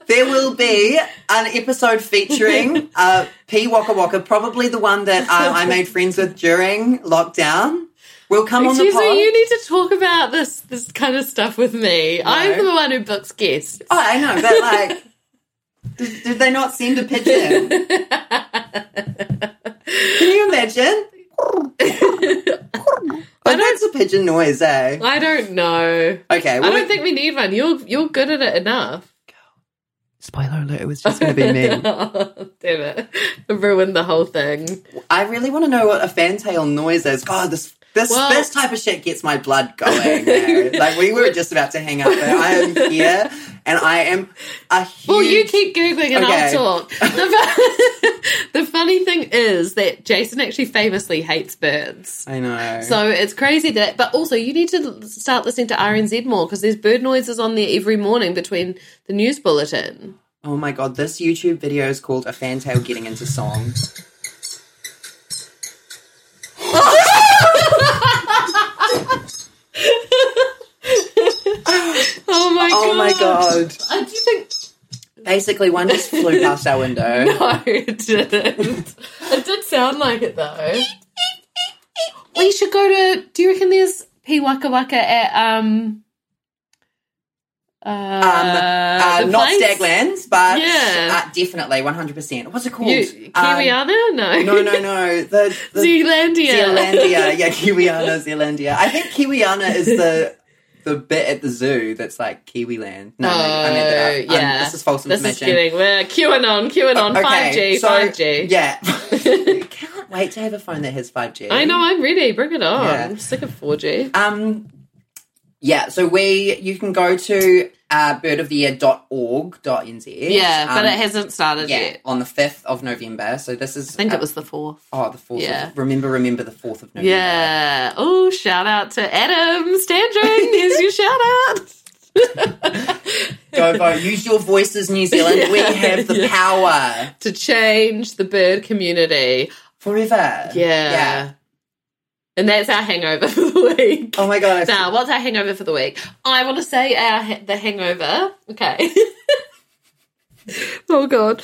C: there will be an episode featuring uh, P Waka Waka, probably the one that uh, I made friends with during lockdown. We'll come on the
B: Excuse
C: pod.
B: me, you need to talk about this this kind of stuff with me. I'm the one who books guests.
C: oh, I know, but like, did, did they not send a pigeon? Can you imagine? I know it's a pigeon noise, eh?
B: I don't know.
C: Okay,
B: I
C: well,
B: don't think we need one. You're you're good at it enough.
C: spoiler alert, it was just going to be me.
B: Damn it. I ruined the whole thing.
C: I really want to know what a fantail noise is. God, this this
B: Well-
C: this type of shit gets my blood going. though. like we were just about to hang up, but I am here, and I am a huge.
B: Well, you keep Googling and
C: Okay.
B: I'll talk. The, fu- the funny thing is that Jason actually famously hates birds.
C: I know.
B: So it's crazy that, but also you need to start listening to RNZ more because there's bird noises on there every morning between the news bulletin.
C: Oh my god, this YouTube video is called A Fantail Getting Into Song.
B: Oh my god.
C: Oh my god.
B: I do think
C: Basically, one just flew past our window. Um,
B: no, it didn't. it did sound like it though. we should go to. Do you reckon there's P Waka Waka at um. Uh,
C: Uh,
B: the
C: not
B: place?
C: Staglands, but
B: Yeah.
C: uh, definitely 100%. What's it called?
B: You,
C: Um,
B: Kiwiana? no.
C: no, no, no. The, the
B: Zealandia.
C: Zealandia. Yeah, Kiwiana, Zealandia. I think Kiwiana is the the bit at the zoo that's like Kiwiland. No, I meant that up. Um,
B: Oh, yeah.
C: this is false
B: This is
C: information.
B: kidding. We're QAnon, QAnon, five G,
C: so,
B: five G.
C: Yeah. Can't wait to have a phone that has 5G.
B: I know. I'm ready. Bring it on.
C: Yeah.
B: I'm sick of four G.
C: Um, yeah, so we, you can go to uh, birdoftheyear.org.nz.
B: Yeah, but
C: um,
B: it hasn't started
C: Yeah,
B: yet.
C: on the 5th of November. So this is.
B: I think it was the fourth.
C: Oh, the 4th.
B: Yeah.
C: Of, remember, remember the 4th of November.
B: Yeah. Oh, shout out to Adam Standring. Here's your shout out.
C: Go vote. Use your voices, New Zealand. We
B: Yeah,
C: have the
B: yeah.
C: power
B: To change the bird community.
C: forever.
B: Yeah. And that's our hangover for the week.
C: Oh my god. I-
B: Now, what's our hangover for the week? I want to say our ha- the hangover. Okay. oh god,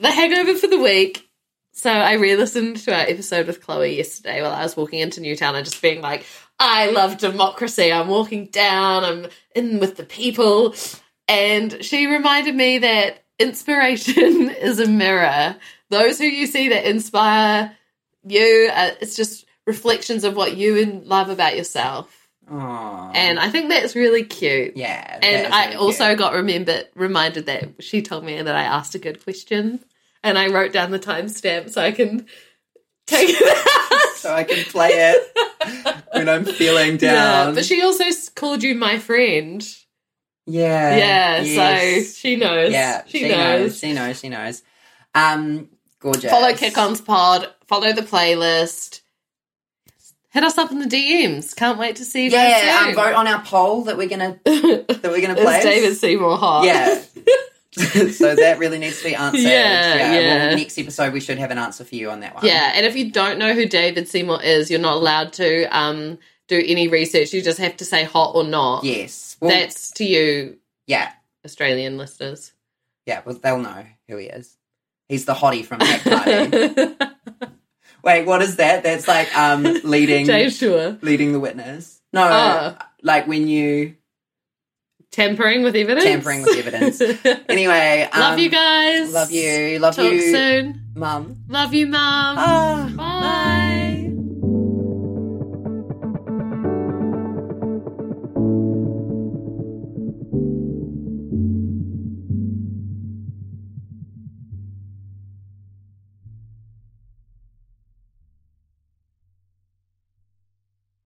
B: the hangover for the week. So I re-listened to our episode with Chloe yesterday while I was walking into Newtown and just being like, I love democracy. I'm walking down. I'm in with the people, and she reminded me that inspiration is a mirror. Those who you see that inspire you, uh, it's just reflections of what you in- love about yourself.
C: Aw.
B: And I think that's really cute.
C: yeah. that is
B: and I
C: really
B: also
C: cute.
B: got remembered reminded that she told me that I asked a good question and I wrote down the timestamp so I can take it out.
C: So I can play it when I'm feeling down.
B: Yeah, but she also s- called you my friend.
C: yeah.
B: yeah,
C: Uh, Yes.
B: so she knows.
C: Yeah.
B: she, knows.
C: She knows. She knows. Um, gorgeous.
B: Follow Kick On's pod, follow the playlist. Hit us up in the DMs. Can't wait to see you
C: Yeah. Um,
B: soon.
C: vote on our poll that we're gonna that we're gonna play.
B: it's David Seymour Hart.
C: Yeah. so that really needs to be answered.
B: Yeah, yeah.
C: Well, next episode we should have an answer for you on that one.
B: Yeah, and if you don't know who David Seymour is, you're not allowed to um, do any research. You just have to say hot or not.
C: Yes. Well,
B: That's to you,
C: yeah.
B: Australian listeners.
C: Yeah. Well, they'll know who he is. He's the hottie from that party. Wait, what is that? That's like um leading
B: James Shore.
C: leading the witness. No,
B: Oh.
C: like when you
B: Tampering with evidence.
C: tampering with evidence.
B: love
C: anyway, um,
B: you guys.
C: Love you. Love
B: Talk
C: you,
B: soon.
C: mum.
B: Love you, Mum.
C: Ah.
B: Bye.